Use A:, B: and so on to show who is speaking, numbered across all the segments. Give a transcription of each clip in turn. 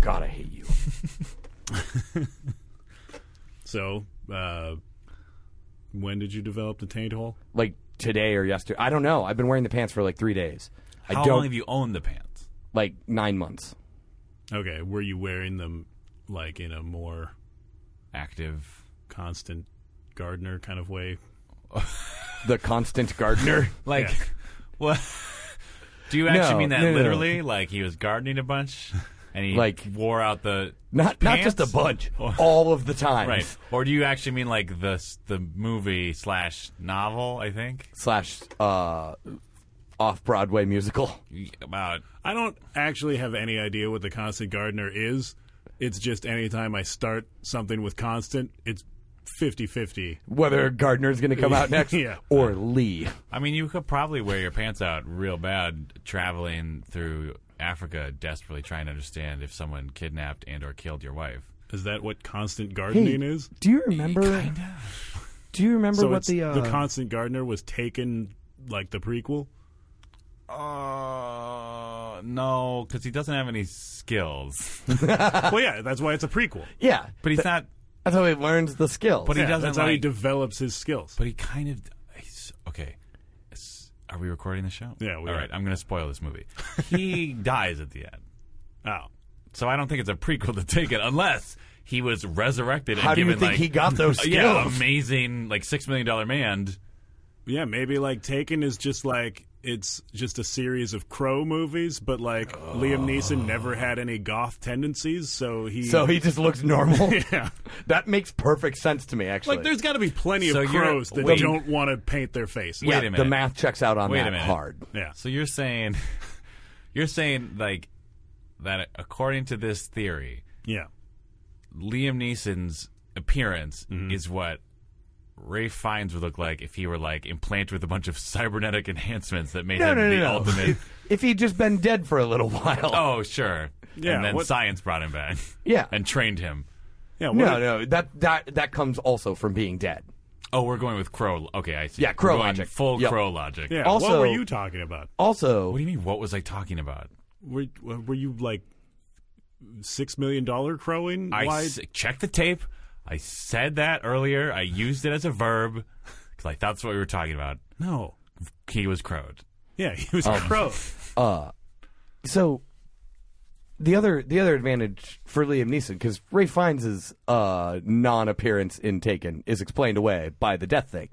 A: God, I hate you.
B: So, uh, when did you develop the taint hole?
A: Like today or yesterday. I don't know. I've been wearing the pants for like three days.
C: How
A: I don't
C: long have you owned the pants?
A: like nine months.
B: Okay, were you wearing them like in a more
C: Active.
B: constant gardener kind of way?
A: The constant gardener.
C: Like,
B: Yeah.
C: what? Do you actually
A: No,
C: mean that
A: no, no, no.
C: literally? Like he was gardening a bunch, and he
A: Like-
C: wore out the
A: Not not just a
C: Pants?
A: bunch.
C: Or-
A: All of the time.
C: right. Or do you actually mean like the s- the movie slash novel? I think
A: Slash uh off Broadway musical.
C: about
B: I don't actually have any idea what the constant gardener is. It's just anytime I start something with constant, it's 50 50.
A: Whether Gardner's gonna come out next
B: Yeah.
A: or Lee.
C: I mean, you could probably wear your pants out real bad traveling through Africa, desperately trying to understand if someone kidnapped and or killed your wife.
B: Is that what constant gardening is?
D: Do you remember? Do you remember
B: So
D: what
B: it's-
D: the, uh,
B: constant gardener was taken like the prequel?
C: Uh, no, because he doesn't have any skills.
B: well, yeah, that's why it's a prequel.
A: Yeah.
C: But he's not.
A: That's how he learns the skills.
C: But he
B: Yeah,
C: doesn't.
B: that's
C: like,
B: how he develops his skills.
C: but he kind of. He's, okay. It's- are we recording the show?
B: Yeah, we
C: All
B: are.
C: right. I'm going to spoil this movie. He dies at the end,
B: oh.
C: so I don't think it's a prequel to take it unless he was resurrected.
A: How
C: and
A: do you
C: given,
A: think
C: like,
A: he got those skills?
C: Yeah, amazing, like six million dollar man.
B: Yeah, maybe like Taken is just like it's just a series of Crow movies, but like Liam Neeson never had any goth tendencies, so he
A: So he just looks normal.
B: yeah.
A: That makes perfect sense to me, actually.
B: Like, there's got to be plenty
C: So
B: of
C: you're-
B: crows that
C: wait.
B: don't want to paint their face.
C: Wait
A: yeah,
C: a minute.
A: the math checks out on
C: Wait a
A: that
C: minute.
A: hard.
B: Yeah.
C: So you're saying, you're saying like that according to this theory,
B: Yeah.
C: Liam Neeson's appearance is what Ray Fiennes would look like if he were like implanted with a bunch of cybernetic enhancements that made him the ultimate.
A: if he'd just been dead for a little while.
C: oh, sure.
B: Yeah,
C: and then
B: what-
C: science brought him back
A: yeah.
C: and trained him.
B: Yeah. what
A: No,
B: if-
A: no, that that that comes also from being dead.
C: Oh, we're going with crow. Okay, I see.
A: Yeah, crow
C: We're going
A: logic.
C: Full
A: Yep.
C: crow logic.
B: Yeah. what
A: Also-
B: were you talking about?
C: What
A: Also,
C: do you mean? What was I talking about?
B: Were Were you like six million dollar crowing?
C: I
B: Why-
C: s- checked the tape. I said that earlier. I used it as a verb because I thought that's what we were talking about.
B: no.
C: He was crowed.
B: Yeah, he
C: Oh.
B: was crow.
A: uh, so the other the other advantage for Liam Neeson because Ray Fiennes' uh, non-appearance in Taken is explained away by the death thing,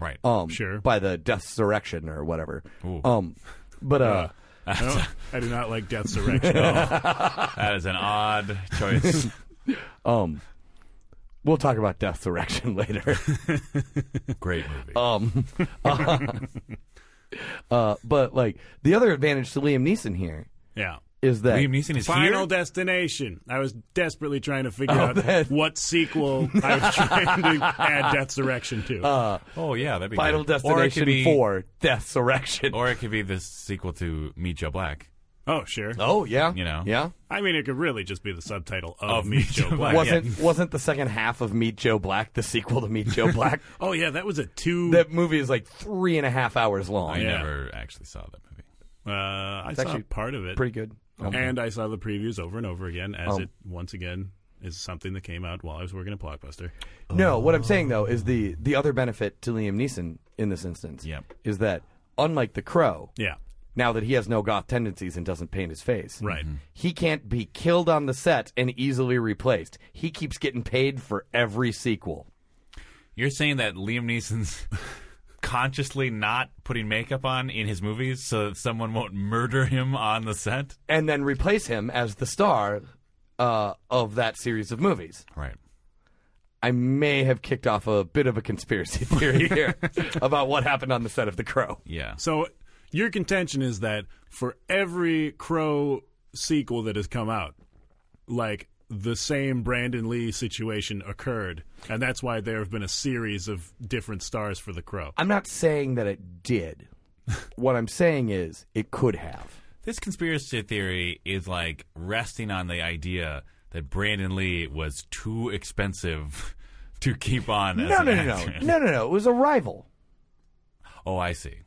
C: Right.
A: um,
B: Sure.
A: by the death surrection or whatever.
C: Ooh.
A: Um, but uh,
B: I, don't- I do not like Death's Erection.
C: that is an odd choice.
A: um, we'll talk about death surrection later.
C: Great movie.
A: Um, uh, but like the other advantage to Liam Neeson here
B: yeah.
A: is that
C: Liam Neeson is
B: Final
C: here.
B: Destination. I was desperately trying to figure
A: Oh,
B: out
A: that-
B: what sequel I was trying to add Death's Erection to.
A: Uh,
C: oh yeah, that'd be
A: Final
C: good. Or it could
A: Destination
C: be-
A: Four: Death's Erection.
C: or it could be the sequel to Meet Joe Black.
B: oh, sure.
A: oh yeah,
C: You know.
A: yeah.
B: I mean, it could really just be the subtitle of,
C: Of
B: Meet Joe Black.
C: What-
A: Wasn't wasn't the second half of Meet Joe Black the sequel to Meet Joe Black?
B: Oh, yeah, that was a two.
A: that movie is like three and a half hours
C: I
A: long.
B: Yeah.
C: never actually saw that movie.
B: uh, I saw
A: actually
B: part of it.
A: Pretty good. Um,
B: And I saw the previews over and over again, as
A: Um.
B: it once again is something that came out while I was working at Blockbuster.
A: no, what I'm saying though is the the other benefit to Liam Neeson in this instance
C: Yep.
A: is that unlike The Crow,
B: Yeah,
A: now that he has no goth tendencies and doesn't paint his face,
B: right.
A: He can't be killed on the set and easily replaced. He keeps getting paid for every sequel.
C: You're saying that Liam Neeson's consciously not putting makeup on in his movies so that someone won't murder him on the set?
A: and then replace him as the star uh, of that series of movies.
C: Right.
A: I may have kicked off a bit of a conspiracy theory here about what happened on the set of The Crow.
C: Yeah.
B: So your contention is that for every Crow sequel that has come out, like the same Brandon Lee situation occurred, and that's why there have been a series of different stars for the Crow.
A: I'm not saying that it did. what I'm saying is it could have.
C: This conspiracy theory is like resting on the idea that Brandon Lee was too expensive to keep on as
A: No,
C: an
A: no, no, no,
C: actor.
A: no, no, no. It was a rival.
C: Oh, I see.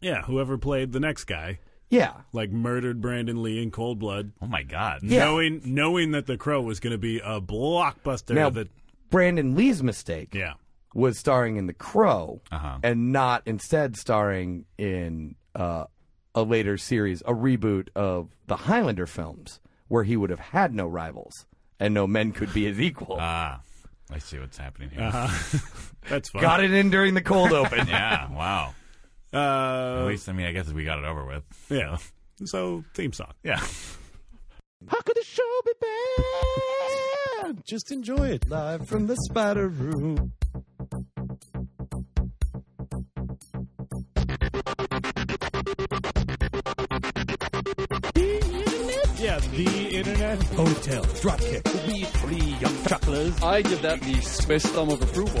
B: Yeah, whoever played the next guy
A: Yeah.
B: like murdered Brandon Lee in cold blood,
C: Oh my god.
B: knowing knowing that The Crow was going to be a blockbuster.
A: Now,
B: that
A: Brandon Lee's mistake
B: yeah,
A: was starring in The Crow
C: Uh-huh.
A: and not instead starring in uh, a later series, a reboot of the Highlander films, where he would have had no rivals and no men could be his equal.
E: Uh-huh.
C: Ah, I see what's happening
A: Uh-huh.
C: here.
B: that's fun.
A: Got it in during the cold open.
C: Yeah. Wow.
B: Uh,
C: At least I mean I guess we got it over with.
B: yeah. So theme song.
C: Yeah.
F: How could the show be bad? Just enjoy it live from the spider room.
B: Yeah, the internet.
F: Hotel dropkick. We three young chucklers.
E: I give that the Swiss thumb of approval.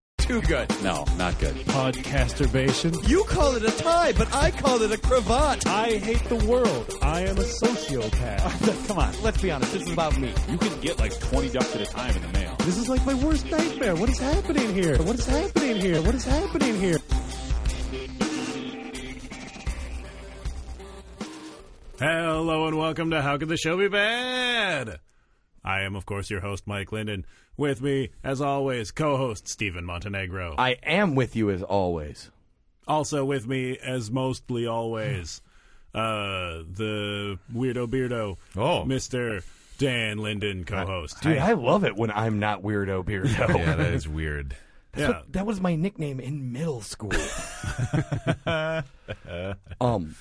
E: Too good. No, not good.
F: Podcasturbation.
E: You call it a tie, but I call it a cravat.
F: I hate the world. I am a sociopath. Come on, let's be honest. This is about me.
E: You can get like 20 ducks at a time in the mail.
F: This is like my worst nightmare. What is happening here? What is happening here? What is happening here?
B: Hello and welcome to How Could the Show Be Bad? I am, of course, your host, Mike Linden. With me, as always, co host Stephen Montenegro.
A: I am with you as always.
B: also with me, as mostly always, uh, the weirdo beardo,
C: Oh.
B: Mr. Dan Linden, co host.
A: Dude, I love it when I'm not weirdo beardo.
C: Yeah, that is weird.
A: That's what- that was my nickname in middle school. um,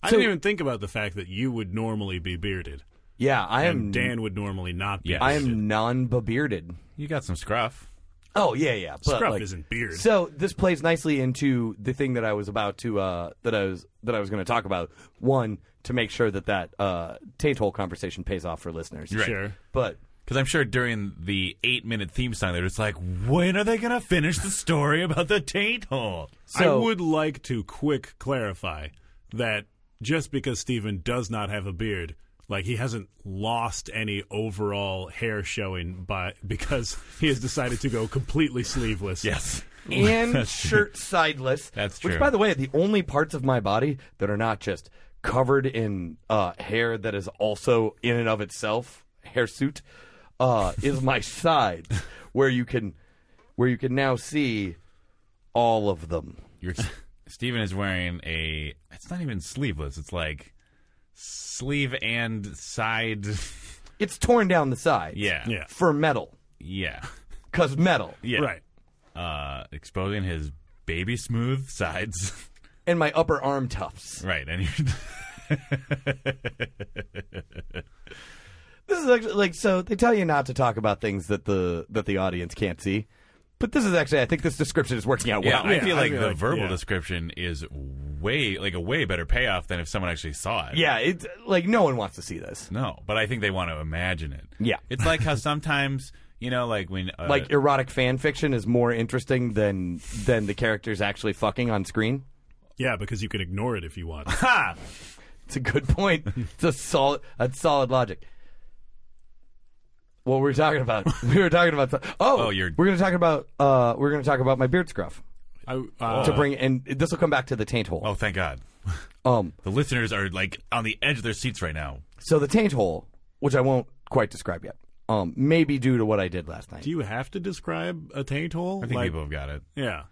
B: I didn't even think about the fact that you would normally be bearded,
A: yeah, I am
B: and Dan would normally not be.
C: Yes.
A: Mm. I
B: bearded.
A: am non-bearded.
C: You got some scruff.
A: Oh yeah, yeah. But
B: Scruff
A: like-
B: isn't beard.
A: So this plays nicely into the thing that I was about to uh, that I was that I was going to talk about. One to make sure that that uh, Tate hole conversation pays off for listeners.
C: Right.
B: Sure.
A: But
C: Because I'm sure during the eight minute theme song, they're just like, when are they going to finish the story about the taint hole?
A: so
B: I would like to quick clarify that just because Steven does not have a beard, like he hasn't lost any overall hair showing by because he has decided to go completely sleeveless.
C: Yes.
A: and shirt sideless.
C: That's
A: Which,
C: true.
A: by the way, the only parts of my body that are not just covered in uh, hair that is also in and of itself hairsuit uh, is my sides, where you can where you can now see all of them.
C: You're, Steven is wearing a, it's not even sleeveless. It's like sleeve and side.
A: It's torn down the sides.
C: Yeah.
B: Yeah.
A: For metal,
C: Yeah.
A: cause metal.
C: Yeah.
B: Right.
C: Uh, exposing his baby smooth sides.
A: And my upper arm tufts.
C: right. And you're,
A: This is actually like so they tell you not to talk about things that the that the audience can't see. But this is actually I think this description is working out
C: yeah,
A: well.
C: I feel
B: I
C: like
B: feel
C: the
B: like-
C: verbal
B: yeah.
C: description is way, like a way better payoff than if someone actually saw it.
A: Yeah, it's like no one wants to see this.
C: No, but I think they want to imagine it.
A: Yeah.
C: It's like how sometimes, you know, like when. Uh,
A: Like erotic fan fiction is more interesting than than the characters actually fucking on screen.
B: Yeah, because you can ignore it if you want.
C: ha!
A: It's a good point. it's a solid that's solid logic. What were we talking about? we were talking about the- oh,
C: Oh, you're-
A: we're going to talk about uh, we're going to talk about my beard scruff
B: I, uh,
A: to bring and this will come back to the taint hole.
C: Oh, thank God.
A: Um,
C: The listeners are like on the edge of their seats right now.
A: so the taint hole, which I won't quite describe yet, um, maybe due to what I did last night.
B: do you have to describe a taint hole?
C: I think
B: Like-
C: people have got it.
B: Yeah.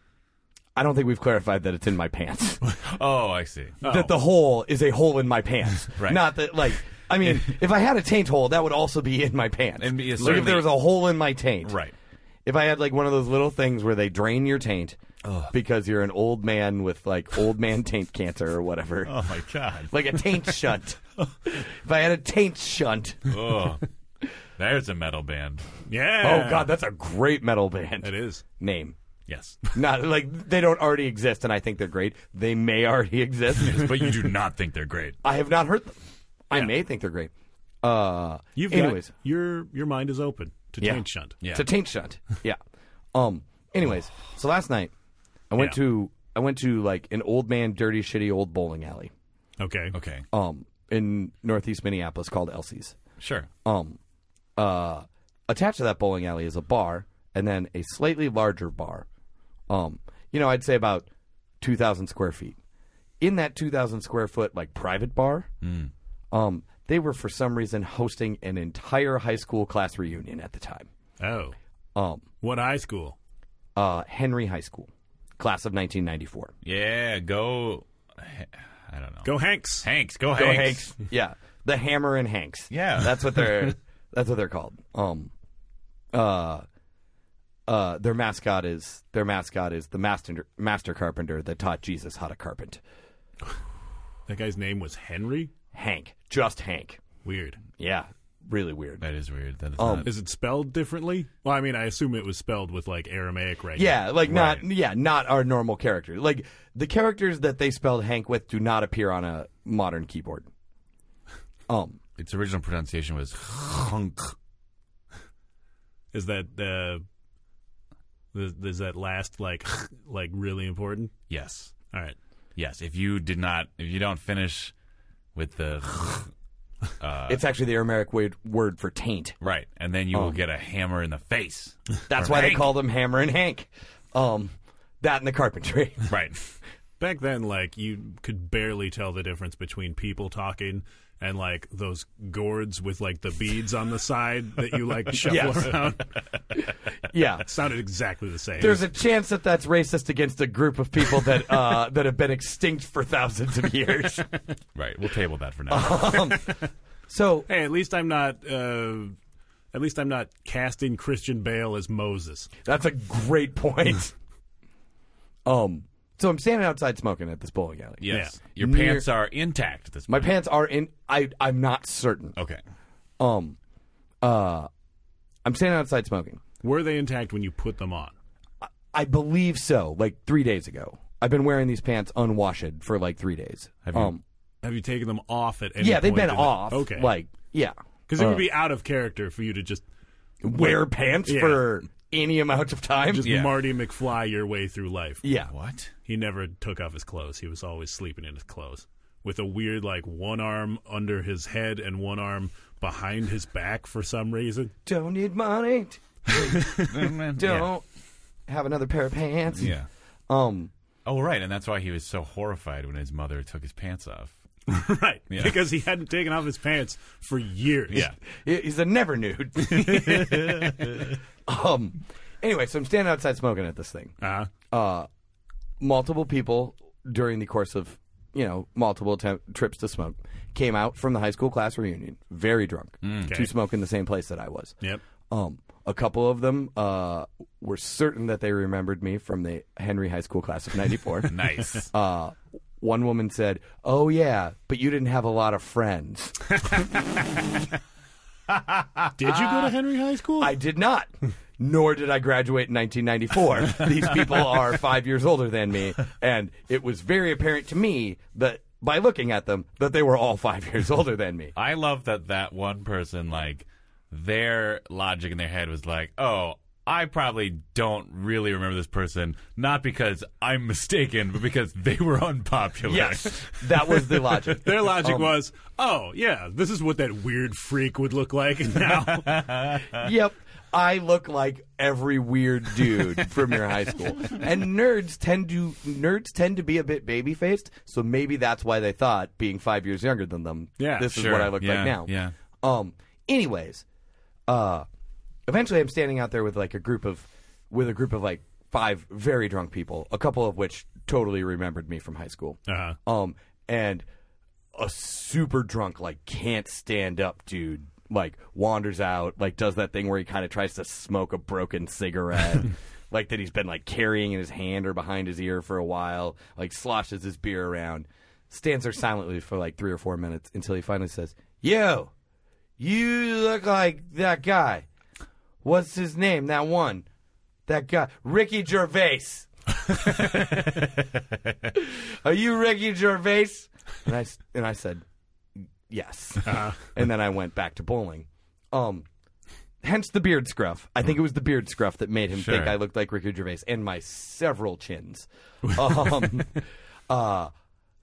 A: I don't think we've clarified that it's in my pants.
C: Oh, I see.
A: that the hole is a hole in my pants.
C: Right.
A: Not that like I mean, if I had a taint hole, that would also be in my pants.
C: And be- yeah,
A: like if
C: certainly-
A: there was a hole in my taint.
C: Right.
A: If I had like one of those little things where they drain your taint because you're an old man with like old man taint cancer or whatever.
C: Oh, my God.
A: Like a taint shunt. if I had a taint shunt.
C: oh, there's a metal band.
B: Yeah.
A: Oh god, that's a great metal band.
B: It is.
A: Name.
C: Yes.
A: Not like they don't already exist and I think they're great. They may already exist.
C: but you do not think they're great.
A: I have not heard them. I may think they're great. Uh,
B: You've
A: anyways,
B: got your your mind is open to
A: Yeah.
B: taint shunt.
C: Yeah.
A: it's a taint shunt. yeah. Um. Anyways, so last night I went
B: Yeah.
A: to I went to like an old man, dirty, shitty old bowling alley.
B: Okay.
C: Okay.
A: um, in northeast Minneapolis called Elsie's.
C: Sure.
A: Um, uh, attached to that bowling alley is a bar and then a slightly larger bar. Um, you know, I'd say about 2,000 square feet. In that 2,000 square foot, like private bar, um, they were for some reason hosting an entire high school class reunion at the time.
B: Oh,
A: Um,
B: what high school?
A: uh, Henry High School, class of 1994.
C: Yeah. Go. I don't know.
B: Go Hanks.
C: Hanks. Go,
A: Go
C: Hanks.
A: Hanks. Yeah, the Hammer and Hanks.
C: Yeah.
A: that's what they're that's what they're called. Um, uh, uh, their mascot is their mascot is the master master carpenter that taught Jesus how to carpent.
B: That guy's name was Henry.
A: Hank, just Hank.
B: Weird.
A: Yeah, really weird.
C: That is weird. That is
A: Um,
C: not.
B: Is it spelled differently? Well, I mean, I assume it was spelled with like Aramaic, right?
A: Yeah, like not yeah not our normal character. Like the characters that they spelled Hank with do not appear on a modern keyboard. Um,
C: Its original pronunciation was hunk.
B: Is that uh, is, is that last like like really important?
C: Yes.
B: All right.
C: Yes. If you did not, if you don't finish with the
A: it's actually the Aramaic wa- word for taint.
C: right, and then you will get a hammer in the face.
A: Oh. That's
C: Or
A: why they
C: Hank.
A: call them Hammer and Hank. Um, that and the carpentry.
C: Right.
B: Back then, like you could barely tell the difference between people talking and like those gourds with like the beads on the side that you like shuffle
A: Yes.
B: around.
A: yeah.
B: Sounded exactly the same.
A: There's a chance that that's racist against a group of people that uh, that have been extinct for thousands of years.
C: Right. We'll table that for
A: Uh-huh.
C: now.
A: So
B: hey, at least I'm not. Uh, at least I'm not casting Christian Bale as Moses.
A: that's a great point. Um, so I'm standing outside smoking at this bowling alley.
C: Yes.
B: Yeah.
C: Your
A: Near-
C: pants are intact at this
A: My
C: point.
A: pants are in. I I'm not certain.
C: okay.
A: Um, uh, I'm standing outside smoking.
B: Were they intact when you put them on?
A: I believe so. Like three days ago, I've been wearing these pants unwashed for like three days.
C: you-
A: um,
B: Have you taken them off at any
A: yeah, they've
B: point
A: been
B: in the-
A: off.
B: Okay.
A: like uh, yeah.
B: Because it would be out of character for you to just
A: wear pants
B: Yeah.
A: for any amount of time.
B: just
C: Yeah.
B: Marty McFly your way through life.
A: yeah.
C: What?
B: He never took off his clothes. He was always sleeping in his clothes with a weird, like, one arm under his head and one arm behind his back for some reason.
A: Don't need money. t-
C: Don't. Yeah.
A: Don't have another pair of pants.
C: yeah.
A: Um.
C: Oh, right. And that's why he was so horrified when his mother took his pants off.
B: right.
C: Yeah.
B: Because he hadn't taken off his pants for years.
C: Yeah.
A: he- He's a never nude. um. Anyway, so I'm standing outside smoking at this thing.
B: Uh,
A: Uh, multiple people during the course of you know multiple attempt- trips to smoke came out from the high school class reunion very drunk
B: Okay.
A: to smoke in the same place that I was.
B: yep.
A: Um, a couple of them uh, were certain that they remembered me from the Henry High School class of '94.
C: Nice.
A: uh, one woman said, "Oh yeah, but you didn't have a lot of friends."
B: Did you go to Henry High School?
A: I did not. Nor did I graduate in 1994. These people are five years older than me, and it was very apparent to me that by looking at them that they were all five years older than me.
C: I love that that one person, like, their logic in their head was like, oh, I probably don't really remember this person, not because I'm mistaken, but because they were unpopular.
A: Yes, Um, that was the logic.
B: Their logic was, oh, yeah, this is what that weird freak would look like now.
A: yep. I look like every weird dude from your high school. And nerds tend to nerds tend to be a bit baby faced, so maybe that's why they thought being five years younger than them,
B: Yeah,
A: this is
C: sure.
A: what I look
C: Yeah,
A: like now.
C: yeah.
A: Um anyways, uh eventually I'm standing out there with like a group of with a group of like five very drunk people, a couple of which totally remembered me from high school.
B: Uh-huh.
A: Um, and a super drunk, like can't stand up dude, like wanders out, like does that thing where he kind of tries to smoke a broken cigarette, like that he's been like carrying in his hand or behind his ear for a while, like sloshes his beer around, stands there silently for like three or four minutes until he finally says, "Yo, you look like that guy. What's his name? That one, that guy, Ricky Gervais." are you Ricky Gervais? And I, s- and I said, yes. and then I went back to bowling. Um, hence the beard scruff. I think it was the beard scruff that made him think
C: Sure.
A: I looked like Ricky Gervais and my several chins. Um, uh,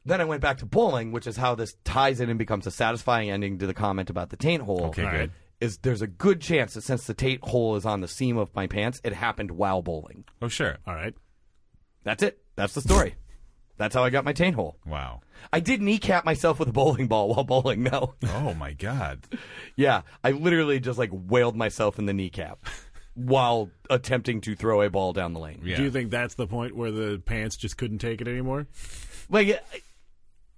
A: Then I went back to bowling, which is how this ties in and becomes a satisfying ending to the comment about the taint hole.
C: Okay, good.
A: Is there's a good chance that since the taint hole is on the seam of my pants, it happened while bowling.
C: Oh, sure.
B: All right.
A: That's it. That's the story. That's how I got my taint hole.
C: Wow.
A: I did kneecap myself with a bowling ball while bowling, though.
C: Oh my God.
A: Yeah, I literally just like wailed myself in the kneecap while attempting to throw a ball down the lane.
C: Yeah.
B: Do you think that's the point where the pants just couldn't take it anymore?
A: Like, uh,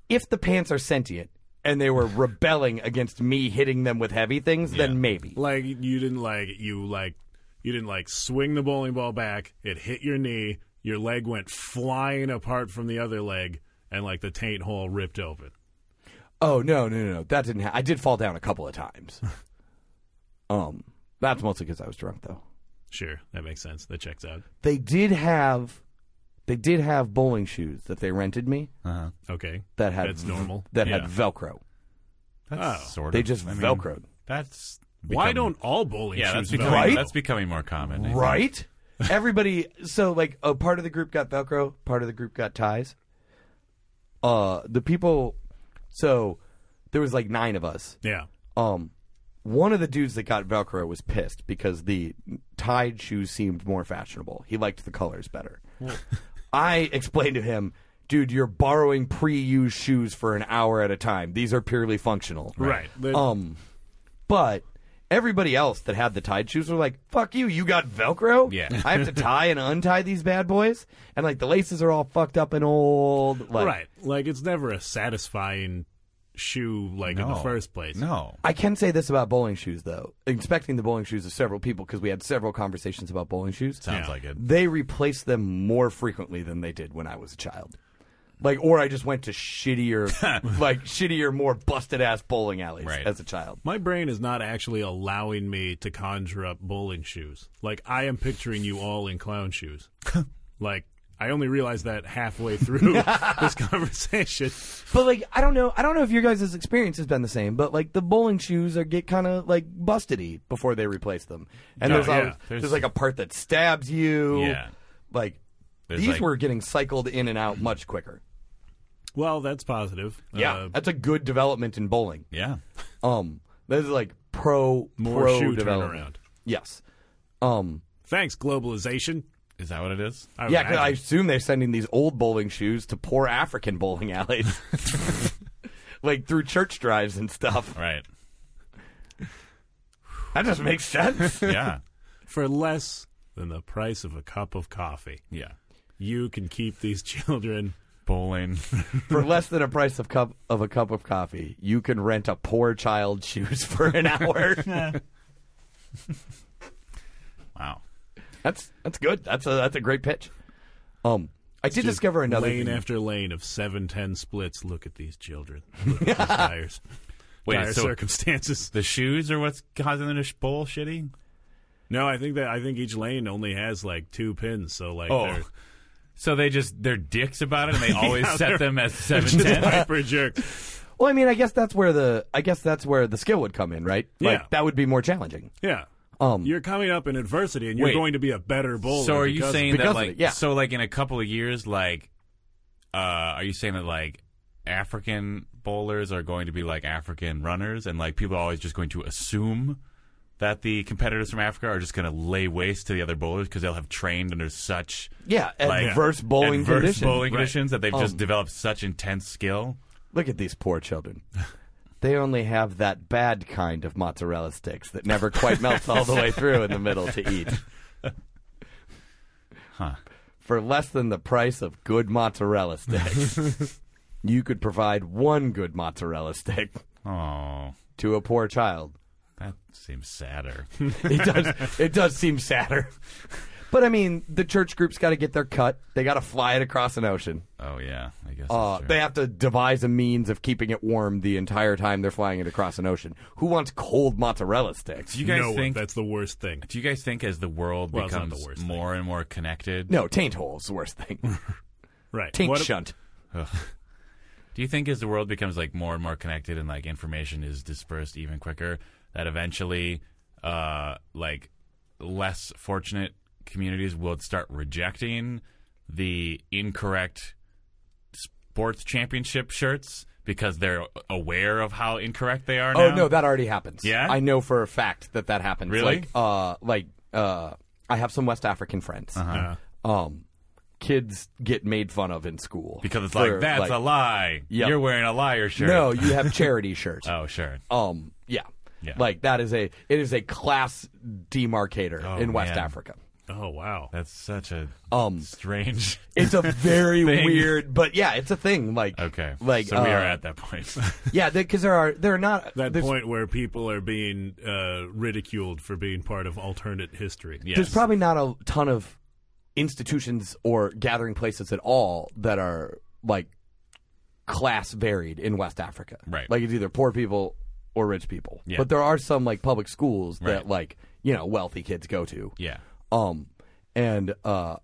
A: if the pants are sentient and they were rebelling against me hitting them with heavy things, then maybe.
B: Like you didn't like you like you didn't like swing the bowling ball back. It hit your knee. Your leg went flying apart from the other leg, and like the taint hole ripped open.
A: Oh no, no, no, no. that didn't. Ha- I did fall down a couple of times. um, that's mostly because I was drunk, though.
B: Sure, that makes sense. That checks out.
A: They did have, they did have bowling shoes that they rented me
C: Uh-huh.
B: Okay,
A: that had
B: That's normal.
A: that
C: Yeah.
A: had Velcro.
C: That's
B: Oh.
C: sort of.
A: They just
C: I mean,
A: Velcroed,
C: That's
B: Why
C: becoming-
B: don't all bowling
C: Yeah, that's
B: shoes
C: becoming,
A: Right?
C: that's becoming more common. I think.
A: right? Everybody. So like, a part of the group got Velcro, part of the group got ties. Uh, the people. So there was like nine of us.
B: Yeah,
A: um one of the dudes that got velcro was pissed because the tied shoes seemed more fashionable he liked the colors better i explained to him dude you're borrowing pre-used shoes for an hour at a time these are purely functional
B: right. The-
A: um but everybody else that had the tied shoes were like fuck you you got velcro
C: Yeah.
A: i have to tie and untie these bad boys and like the laces are all fucked up and old like
B: right. Like it's never a satisfying shoe like in the
C: No.
B: first place.
C: No.
A: I can say this about bowling shoes, though. Inspecting the bowling shoes of several people because we had several conversations about bowling shoes.
C: Sounds like it.
A: They replace them more frequently than they did when I was a child. Like, or I just went to shittier, like shittier, more busted ass bowling alleys
C: Right.
A: as a child.
B: My brain is not actually allowing me to conjure up bowling shoes. Like I am picturing you all in clown shoes. like I only realized that halfway through this conversation.
A: But like, I don't know, I don't know if your guys' experience has been the same. But like, the bowling shoes are get kind of like bustedy before they replace them. And
B: Oh,
A: there's
B: yeah.
A: always there's,
C: There's-
A: like a part that stabs you.
C: Yeah.
A: Like
C: There's,
A: these
C: like-
A: were getting cycled in and out much quicker.
B: Well, that's positive.
A: Yeah,
B: Uh,
A: that's a good development in bowling.
C: Yeah.
A: Um, that is like pro
B: more
A: pro
B: shoe
A: development.
B: turnaround.
A: Yes. Um.
B: Thanks globalization.
C: Is that what it is?
B: I
A: Yeah, 'cause I
B: imagine.
A: assume they're sending these old bowling shoes to poor African bowling alleys, like through church drives and stuff.
C: Right.
A: That just makes sense.
C: Yeah.
B: for less than the price of a cup of coffee,
C: yeah.
B: you can keep these children.
C: Bowling.
A: for less than a price of cup of a cup of coffee, you can rent a poor child shoes for an hour.
C: wow.
A: that's that's good. That's a that's a great pitch. Um, I did discover another
B: lane
A: thing.
B: after lane of seven ten splits. Look at these children. Look at these tires.
C: Wait,
B: dire
C: so
B: circumstances.
C: the shoes are what's causing them to sh- bowl shitty?
B: No, I think that I think each lane only has like two pins, so like
C: Oh.
B: they're
C: So they just they're dicks about it, and they always
B: they're-
C: set them as seven
B: just
C: ten.
B: hyper jerk.
A: well, I mean, I guess that's where the I guess that's where the skill would come in, right?
B: Yeah.
A: Like that would be more challenging.
B: Yeah,
A: Um,
B: you're coming up in adversity, and you're
C: Wait.
B: going to be a better bowler.
C: So are you
B: because of
C: saying
A: Oh,
B: it.
A: because
C: that
A: of
C: like
A: it, yeah.
C: so like in a couple of years like uh are you saying that like African bowlers are going to be like African runners and like people are always just going to assume that the competitors from Africa are just going to lay waste to the other bowlers because they'll have trained under such
A: Yeah,
C: like
A: adverse bowling
C: adverse
A: conditions.
C: bowling conditions that they've
A: Um,
C: just developed such intense skill.
A: Look at these poor children. They only have that bad kind of mozzarella sticks that never quite melts all the way through in the middle to eat.
C: Huh.
A: For less than the price of good mozzarella sticks, you could provide one good mozzarella stick
C: Oh,
A: to a poor child.
C: that seems sadder.
A: It does. it does seem sadder. But I mean, the church group's got to get their cut. They got to fly it across an ocean.
C: oh yeah, I guess.
A: Uh,
C: that's true.
A: they have to devise a means of keeping it warm the entire time they're flying it across an ocean. Who wants cold mozzarella sticks?
C: do you guys
B: no,
C: think
B: that's the worst thing?
C: Do you guys think as the world
B: Well, it's not
C: becomes
B: the worst
C: more and more connected?
A: No, taint hole is the worst thing.
B: Right?
A: Taint
B: What-
A: shunt.
C: Do you think as the world becomes like more and more connected and like information is dispersed even quicker, that eventually, uh, like less fortunate communities will start rejecting the incorrect s- sports championship shirts because they're aware of how incorrect they are
A: Oh
C: now?
A: no, that already happens.
C: Yeah?
A: I know for a fact that that happens.
C: Really?
A: Like, uh, like uh, I have some West African friends.
B: Yeah.
A: Um, kids get made fun of in school
C: because it's
A: for,
C: like that's a lie.
A: Yep.
C: You're wearing a liar shirt.
A: No, you have charity shirts.
C: Oh sure.
A: Um, yeah.
C: Yeah.
A: Like that is a it is a class demarcator
C: Oh,
A: in West
C: man.
A: Africa.
B: Oh wow.
C: That's such a
A: Um,
C: strange.
A: It's a very
C: Thing.
A: weird, but yeah, it's a thing. Like
C: Okay.
A: like
C: so we are
A: uh,
C: at that point.
A: yeah, because there are there are not
B: That
A: there's,
B: point where people are being uh, ridiculed for being part of alternate history.
C: yes.
A: there's probably not a ton of institutions or gathering places at all that are like class varied in West Africa.
C: Right.
A: Like it's either poor people or rich people.
C: Yeah.
A: But there are some like public schools
C: Right.
A: that like, you know, wealthy kids go to.
C: yeah.
A: Um, and uh,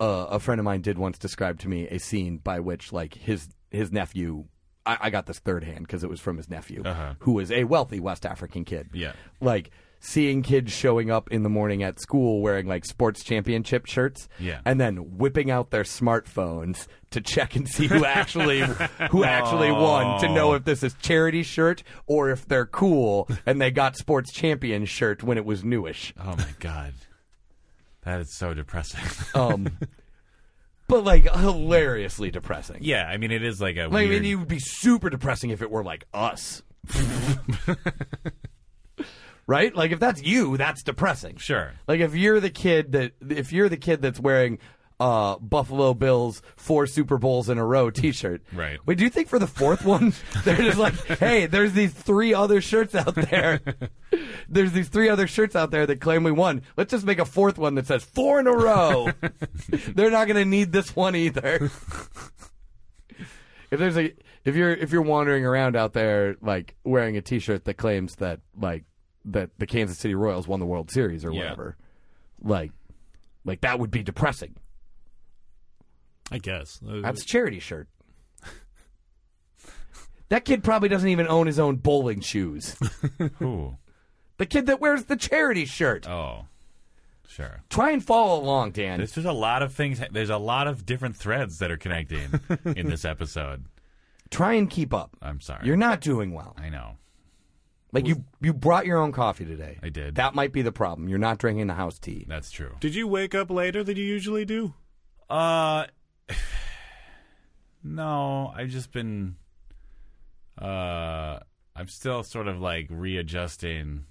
A: uh, a friend of mine did once describe to me a scene by which like his his nephew. I, I got this third hand because it was from his nephew,
C: Uh-huh.
A: who was a wealthy West African kid.
C: Yeah.
A: like seeing kids showing up in the morning at school wearing like sports championship shirts,
C: Yeah.
A: and then whipping out their smartphones to check and see who actually who actually won to know if this is charity shirt or if they're cool and they got sports champion shirt when it was newish.
C: Oh my god. That is so depressing.
A: Um, but like hilariously depressing.
C: yeah, I mean it is like a
A: Like, I
C: weird-
A: mean, it would be super depressing if it were like us. right? Like if that's you, that's depressing.
C: Sure.
A: Like if you're the kid that if you're the kid that's wearing uh, Buffalo Bills four Super Bowls in a row T-shirt.
C: Right.
A: Wait, do you think for the fourth one they're just like, hey, there's these three other shirts out there. There's these three other shirts out there that claim we won. Let's just make a fourth one that says four in a row. they're not going to need this one either. if there's a if you're if you're wandering around out there like wearing a T-shirt that claims that like that the Kansas City Royals won the World Series or
C: Yeah.
A: whatever, like like that would be depressing.
B: I guess. Uh,
A: That's a charity shirt. that kid probably doesn't even own his own bowling shoes.
C: Ooh.
A: the kid that wears the charity shirt.
C: Oh. Sure.
A: Try and follow along, Dan.
C: There's just a lot of things. There's a lot of different threads that are connecting in this episode.
A: Try and keep up.
C: I'm sorry.
A: You're not doing well.
C: I know.
A: Like you, you brought your own coffee today.
C: I did.
A: That might be the problem. You're not drinking the house tea.
C: That's true.
B: Did you wake up later than you usually do?
C: Uh, no, I've just been. Uh, I'm still sort of like readjusting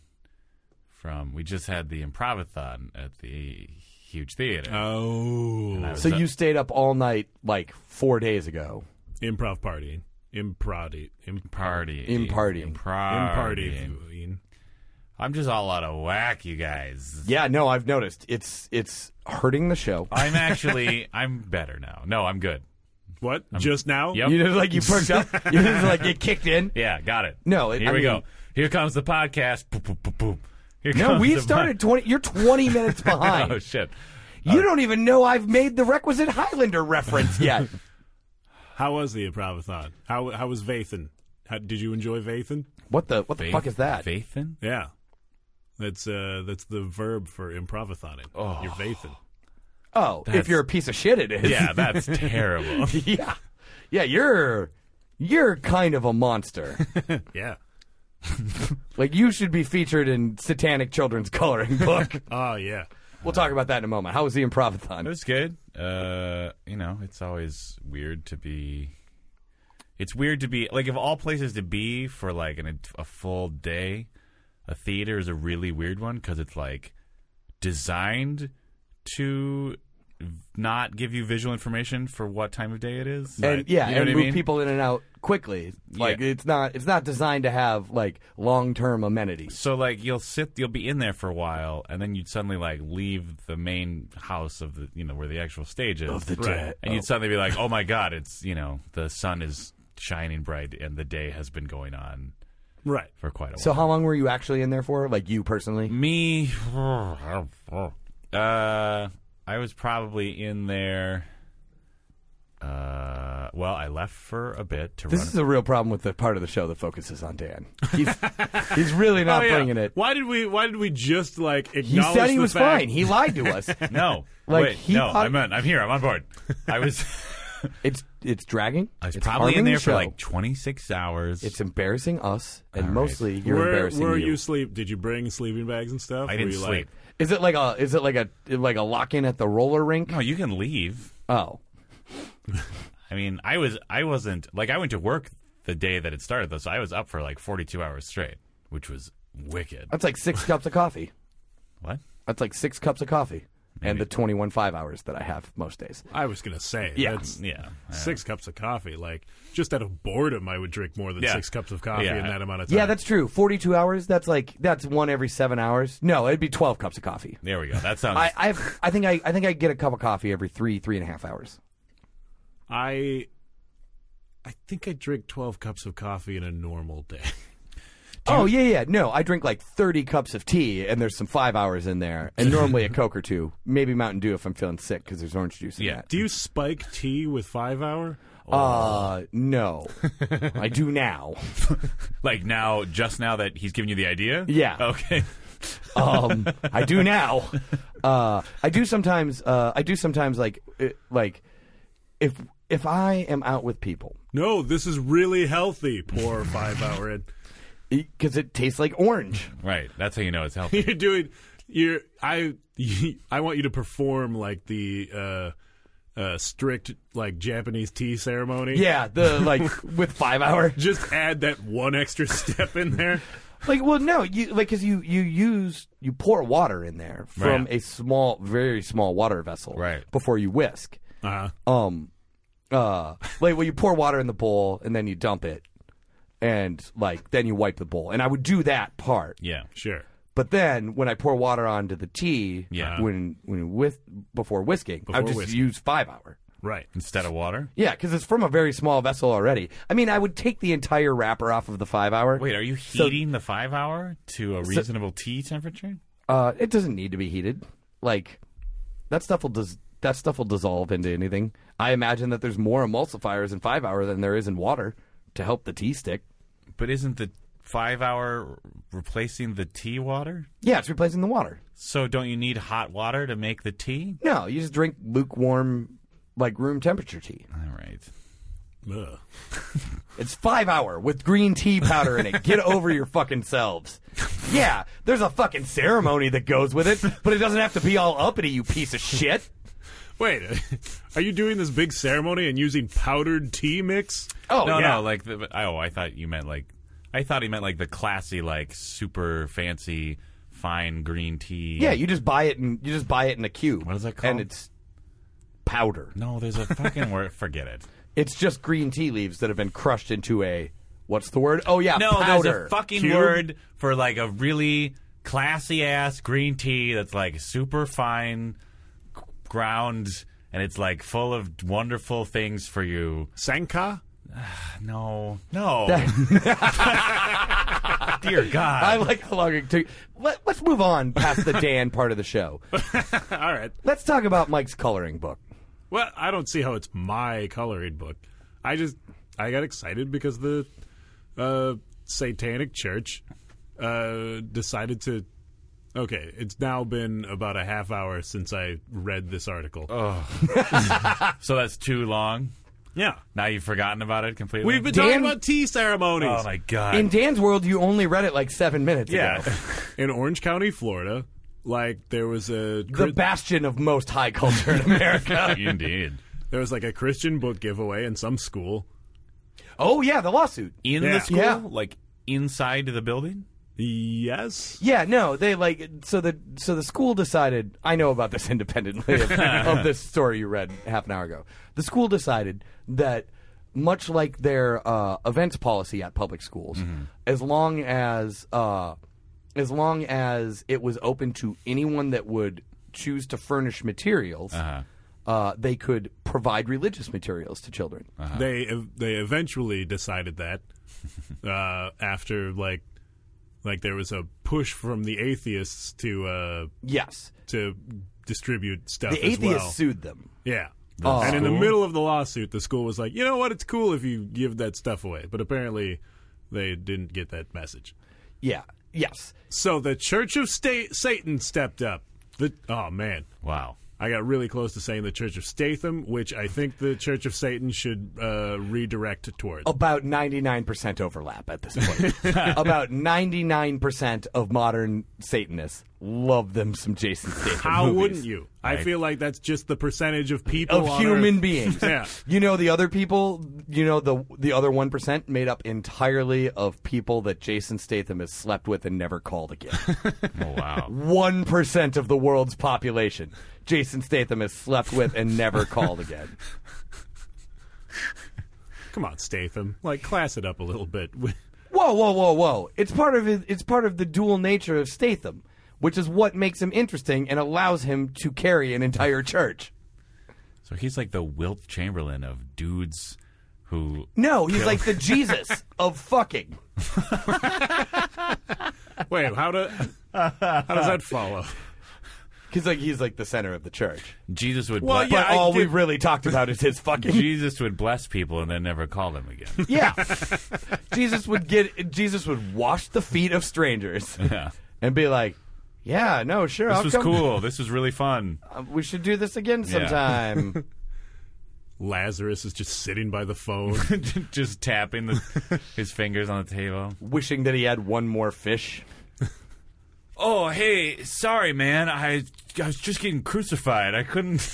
C: from. We just had the improvathon at the huge theater.
A: Uh,
C: And I
B: Oh,
C: was
A: So
C: up-
A: you stayed up all night like four days ago.
B: improv partying, improv, imp-
C: party
A: In partying.
C: party.
B: impartying.
C: I'm just all out of whack, you guys.
A: Yeah, no, I've noticed. It's it's hurting the show.
C: I'm actually. I'm better now. No, I'm good.
B: What? Just now?
C: Yep.
A: You just like you perked up. You just like it kicked in.
C: Yeah, got it.
A: No, it-
C: here
A: I
C: we
A: mean-
C: go. Here comes the podcast. Boop, boop, boop, boop. Here
A: No,
C: comes
A: we
C: the
A: started twenty. You're twenty minutes
C: pod-
A: behind.
C: oh shit!
A: you don't even know I've made the requisite Highlander reference yet.
B: How was the improvathon? How how was Vathan? How, did you enjoy Vathan?
A: what the what the fuck is that?
C: Faithin?
B: Yeah. That's uh that's the verb for improvathoning. Oh. You're Vathan.
A: Oh, if you're a piece of shit, it is.
C: Yeah, that's terrible.
A: yeah, yeah. You're you're kind of a monster.
B: Yeah.
A: like you should be featured in satanic children's coloring book.
B: Oh yeah.
A: we'll talk about that in a moment. How was the improvathon?
C: It was good. Uh, you know, it's always weird to be. It's weird to be like of all places to be for like an, a full day. A theater is a really weird one because it's like designed to not give you visual information for what time of day it is.
A: and yeah,
C: You know
A: and
C: what I
A: move
C: mean?
A: people in and out quickly. Like
C: Yeah.
A: it's not it's not designed to have like long term amenities.
C: So like you'll sit, you'll be in there for a while, and then you'd suddenly like leave the main house of the you know where the actual stage is of the
B: dead.
C: and you'd suddenly be like, oh my god, it's you know the sun is shining bright and the day has been going on
B: Right.
C: for quite a while.
A: So how long were you actually in there for? Like you
C: Mm.
A: personally?
C: me, uh, I was probably in there. Uh, well, I left for a bit to
A: This
C: run.
A: is a real problem with the part of the show that focuses on Dan. He's he's really not
B: Oh, yeah.
A: bringing it.
B: Why did we why did we just like acknowledge
A: He said he
B: the
A: was
B: fact-
A: fine. He lied to us.
C: no,
A: Like,
C: wait,
A: he
C: no,
A: thought-
C: I'm on, I'm here, I'm on board. I was.
A: It's it's dragging.
C: I was
A: it's
C: probably in
A: harming the
C: there for
A: show.
C: like 26 hours.
A: It's embarrassing us, and
C: All right.
A: mostly you're
B: where
A: embarrassing
B: where
A: you.
B: you sleep? Did you bring sleeping bags and stuff?
C: I
B: Were
C: didn't
B: you
C: sleep.
A: Is it like a is it like a like a lock in at the roller rink?
C: no, you can leave.
A: Oh,
C: I mean, I was I wasn't like I went to work the day that it started though, so I was up for like 42 hours straight, which was wicked.
A: that's like six cups of coffee.
C: What?
A: That's like six cups of coffee, and the twenty one five hours that I have most days.
B: Like, I was gonna say.
A: Yeah.
B: That's,
C: Yeah.
B: Six cups of coffee, like just out of boredom, I would drink more than
C: Yeah.
B: six cups of coffee
C: Yeah.
B: in that amount of time.
A: Yeah, that's true. Forty two hours. That's like that's one every seven hours. No, it'd be twelve cups of coffee.
C: There we go. That sounds
A: I I've, I think I I think I get a cup of coffee every three three and a half hours.
B: I I think I drink 12 cups of coffee in a normal day.
A: oh yeah yeah no, I drink like thirty cups of tea, and there's some five hours in there, and normally a Coke or two, maybe Mountain Dew if I'm feeling sick because there's orange juice in
C: Yeah.
A: that.
B: Do you spike tea with 5 hour?
A: Uh, no, I do now.
C: like now just now that he's giving you the idea?
A: Yeah.
C: Okay.
A: Um, I do now. Uh, I do sometimes. Uh, I do sometimes like uh, like if if I am out with people
B: No, this is really healthy. Pour 5 hour in.
A: because it tastes like orange.
C: Right. That's how you know it's healthy.
B: You're doing you're I I want you to perform like the uh uh, strict like Japanese tea ceremony.
A: Yeah, the like with five hour.
B: just add that one extra step in there.
A: Like, well, no, you like because you you use you pour water in there from
C: Right.
A: a small, very small water vessel,
C: Right.
A: Before you whisk,
B: Uh,
A: um, uh, like well, you pour water in the bowl and then you dump it, and like then you wipe the bowl. And I would do that part,
C: Yeah.
B: sure.
A: but then when I pour water onto the tea,
C: Yeah.
A: when when with before whisking, I would
B: Before
A: just
B: whisking.
A: use five hour.
B: Right.
C: Instead of water?
A: Yeah, because it's from a very small vessel already. I mean, I would take the entire wrapper off of the five hour.
C: Wait, are you
A: So-
C: heating the 5 hour to a reasonable tea temperature?
A: Uh, it doesn't need to be heated. Like that stuff will dis- that stuff will dissolve into anything. I imagine that there's more emulsifiers in five hour than there is in water to help the tea stick.
C: But isn't the 5 hour replacing the tea water?
A: Yeah, it's replacing the water.
C: So don't you need hot water to make the tea?
A: No, you just drink lukewarm, like room temperature tea.
C: All right.
B: Ugh.
A: It's five hour with green tea powder in it. Get over your fucking selves. Yeah, there's a fucking ceremony that goes with it, but it doesn't have to be all uppity, you piece of shit.
B: Wait, are you doing this big ceremony and using powdered tea mix?
A: Oh
C: no,
A: yeah.
C: no, like the, oh, I thought you meant like I thought he meant like the classy like super fancy fine green tea.
A: Yeah, you just buy it and you just buy it in a cube.
C: What is that
A: And
C: called?
A: it's powder.
C: No, there's a fucking word. Forget it.
A: It's just green tea leaves that have been crushed into a what's the word? Oh yeah,
C: No,
A: powder.
C: there's a fucking
B: Cube?
C: word for like a really classy ass green tea that's like super fine g- ground and it's like full of wonderful things for you.
B: Sanka?
C: No. No. Dear God.
A: I like how long it took. Let, let's move on past the Dan part of the show.
B: All right.
A: Let's talk about Mike's coloring book.
B: Well, I don't see how it's my coloring book. I just I got excited because the uh, Satanic Church uh, decided to. Okay, it's now been about a half hour since I read this article.
C: Oh. so that's too long.
B: yeah,
C: Now you've forgotten about it completely.
B: we've been
A: Dan-
B: talking about tea ceremonies.
C: Oh my God.
A: In Dan's world, you only read it like seven minutes
C: yeah.
A: ago.
B: In Orange County, Florida, like there was a
A: The bastion of most high culture in America.
C: Indeed.
B: there was like a Christian book giveaway in some school.
A: oh yeah, the lawsuit.
C: In
B: Yeah.
C: the school?
A: Yeah.
C: Like inside the building?
B: Yes.
A: Yeah, no, they like so the so the school decided. I know about this independently of, of this story you read half an hour ago. The school decided that much like their uh, events policy at public schools, as long as uh, as long as it was open to anyone that would choose to furnish materials, uh they could provide religious materials to children.
B: They they eventually decided that uh, after like like there was a push from the atheists to uh,
A: Yes,
B: to distribute stuff
A: the
B: as
A: atheists
B: well.
A: sued them.
B: yeah.
A: Oh.
B: and in the
C: school?
B: middle of the lawsuit, the school was like, "You know what? It's cool if you give that stuff away." But apparently, they didn't get that message.
A: Yeah, yes.
B: So the Church of State Satan stepped up. The oh man,
C: Wow.
B: I got really close to saying the Church of Statham, which I think the Church of Satan should uh, redirect towards.
A: About 99% overlap at this point. About 99% of modern Satanists love them some Jason Statham.
B: How
A: movies.
B: wouldn't you? I, feel like that's just the percentage of people
A: of
B: on
A: human
B: Earth.
A: beings.
B: Yeah.
A: You know the other people, you know the the other 1% made up entirely of people that Jason Statham has slept with and never called again.
C: Oh wow.
A: 1% of the world's population Jason Statham has slept with and never called again.
B: Come on, Statham, like class it up a little bit.
A: Whoa, whoa, whoa, whoa. It's part of his, it's part of the dual nature of Statham, which is what makes him interesting and allows him to carry an entire church.
C: So he's like the Wilt Chamberlain of dudes who
A: No, he's like the Jesus of fucking.
B: Wait, how do how does that follow?
A: He's like he's like the center of the church.
C: Jesus would
B: Well,
C: bless,
B: yeah,
A: but
B: I
A: all
B: did-
A: we've really talked about is his fucking.
C: Jesus would bless people and then never call them again.
A: yeah. Jesus would get Jesus would wash the feet of strangers
C: Yeah.
A: and be like, "Yeah, no, sure,
C: This
A: I'll
C: was
A: come-
C: cool. This was really fun.
A: Uh, We should do this again
C: Yeah.
A: sometime."
B: Lazarus is just sitting by the phone.
C: Just tapping the, his fingers on the table.
A: Wishing that he had one more fish.
C: Oh, hey, sorry, man. I I was just getting crucified. I couldn't.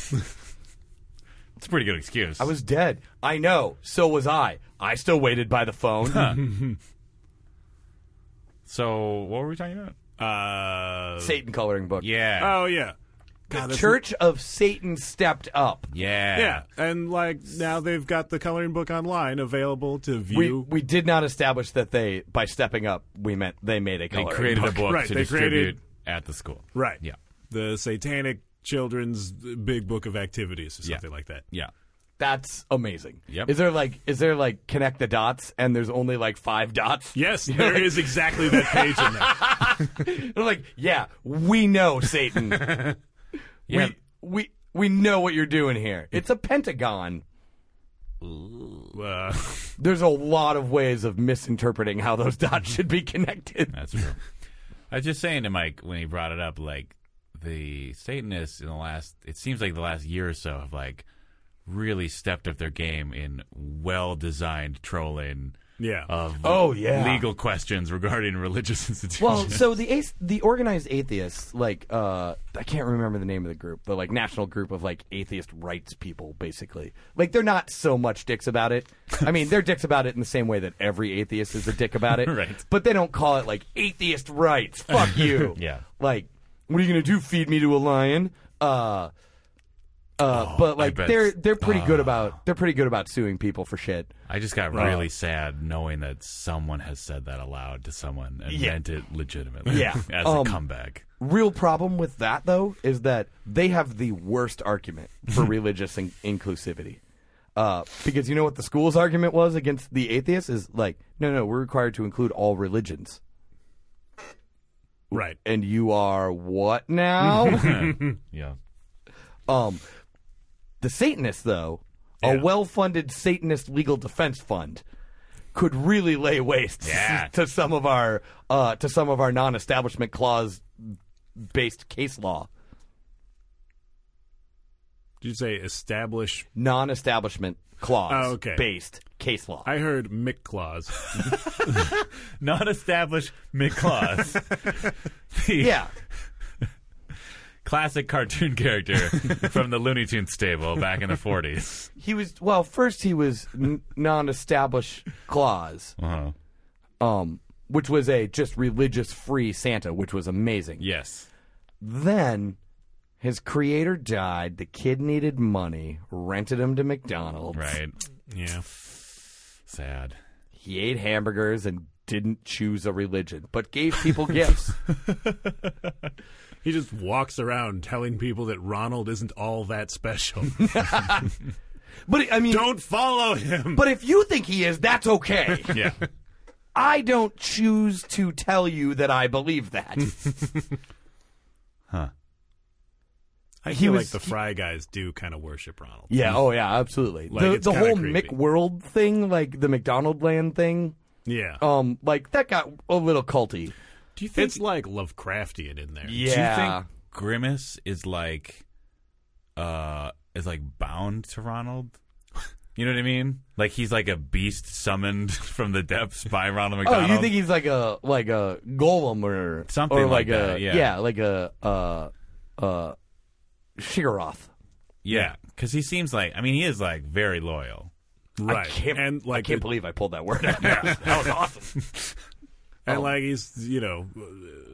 C: It's a pretty good excuse.
A: I was dead. I know. So was I. I still waited by the phone.
C: So, what were we talking about?
B: Uh,
A: Satan coloring book.
C: Yeah.
B: oh yeah,
A: The Church of Satan stepped up.
C: yeah.
B: yeah, and like now they've got the coloring book online available to
A: We,
B: view.
A: we did not establish that they by stepping up we meant they made a
C: They
A: coloring
C: created
A: book.
C: a book
B: Right,
C: to
B: they
C: distribute
B: created-
C: at the school.
B: right,
C: Yeah.
B: the Satanic Children's Big Book of Activities or
C: Yeah.
B: something like that.
C: Yeah.
A: That's amazing.
C: Yep.
A: Is there like is there like connect the dots and there's only like five dots?
B: Yes, there is exactly that page in there.
A: They're like, yeah, we know Satan.
C: Yeah.
A: we we we know what you're doing here. It's a pentagon.
B: Uh,
A: There's a lot of ways of misinterpreting how those
C: Mm-hmm.
A: dots should be connected.
C: That's true. I was just saying to Mike when he brought it up, like the Satanists in the last, it seems like the last year or so have like really stepped up their game in well-designed trolling
B: yeah.
C: of
A: Oh, yeah.
C: legal questions regarding religious institutions.
A: Well, so the ace, the organized atheists, like uh, I can't remember the name of the group, the like national group of like atheist rights people, basically. Like they're not so much dicks about it. I mean, they're dicks about it in the same way that every atheist is a dick about it.
C: Right.
A: But they don't call it like atheist rights. Fuck you.
C: Yeah.
A: Like, what are you gonna do? Feed me to a lion? Uh. Uh, but like
C: Oh, bet- Uh.
A: they're they're pretty good about they're pretty good about suing people for shit.
C: I just got really sad knowing that someone has said that aloud to someone and
A: Yeah.
C: meant it legitimately.
A: Yeah.
C: as
A: Um,
C: a comeback.
A: real problem with that though is that they have the worst argument for religious in- inclusivity uh, because you know what the school's argument was against the atheists is like no no we're required to include all religions
B: right.
A: and you are what now
C: Yeah.
A: um the satanists though a well-funded satanist legal defense fund could really lay waste
C: Yeah.
A: to some of our uh, to some of our non-establishment clause based case law
B: Did you say establish?
A: non-establishment clause
B: Oh, okay.
A: based case law.
B: I heard Mick Claus.
C: Not established McClaws. the
A: yeah,
C: classic cartoon character from the Looney Tunes stable back in the 40s.
A: he was well. First, he was n- non-established clause,
C: Uh-huh.
A: um, which was a just religious free Santa, which was amazing.
C: Yes.
A: Then his creator died. The kid needed money, rented him to McDonald's.
C: Right.
B: Yeah.
C: Sad.
A: He ate hamburgers and didn't choose a religion, but gave people gifts.
B: He just walks around telling people that Ronald isn't all that special.
A: But I mean,
B: Don't follow him.
A: but if you think he is, that's okay.
C: Yeah.
A: I don't choose to tell you that I believe that.
B: I
A: he
B: feel
A: was-
B: like the Fry guys do kind of worship Ronald.
A: Yeah. Oh, yeah. Absolutely.
B: Like, it's
A: the the
B: kinda
A: whole
B: creepy.
A: McWorld thing, like the McDonald Land thing,
B: Yeah.
A: um, like that got a little culty.
B: do you think it's like Lovecraftian in there?
C: Do you think Grimace is like uh, is like bound to Ronald. You know what I mean? Like he's like a beast summoned from the depths by Ronald
A: Oh,
C: McDonald.
A: you think he's like a like a golem or
C: Something
A: or like,
C: like that,
A: a
C: yeah.
A: like a uh uh Shigaroth.
C: yeah, because he seems like I mean he is like very loyal.
B: right?
A: I can't,
B: and like
A: I can't
B: the-
A: believe I pulled that word out. that was awesome.
B: and like he's you know uh,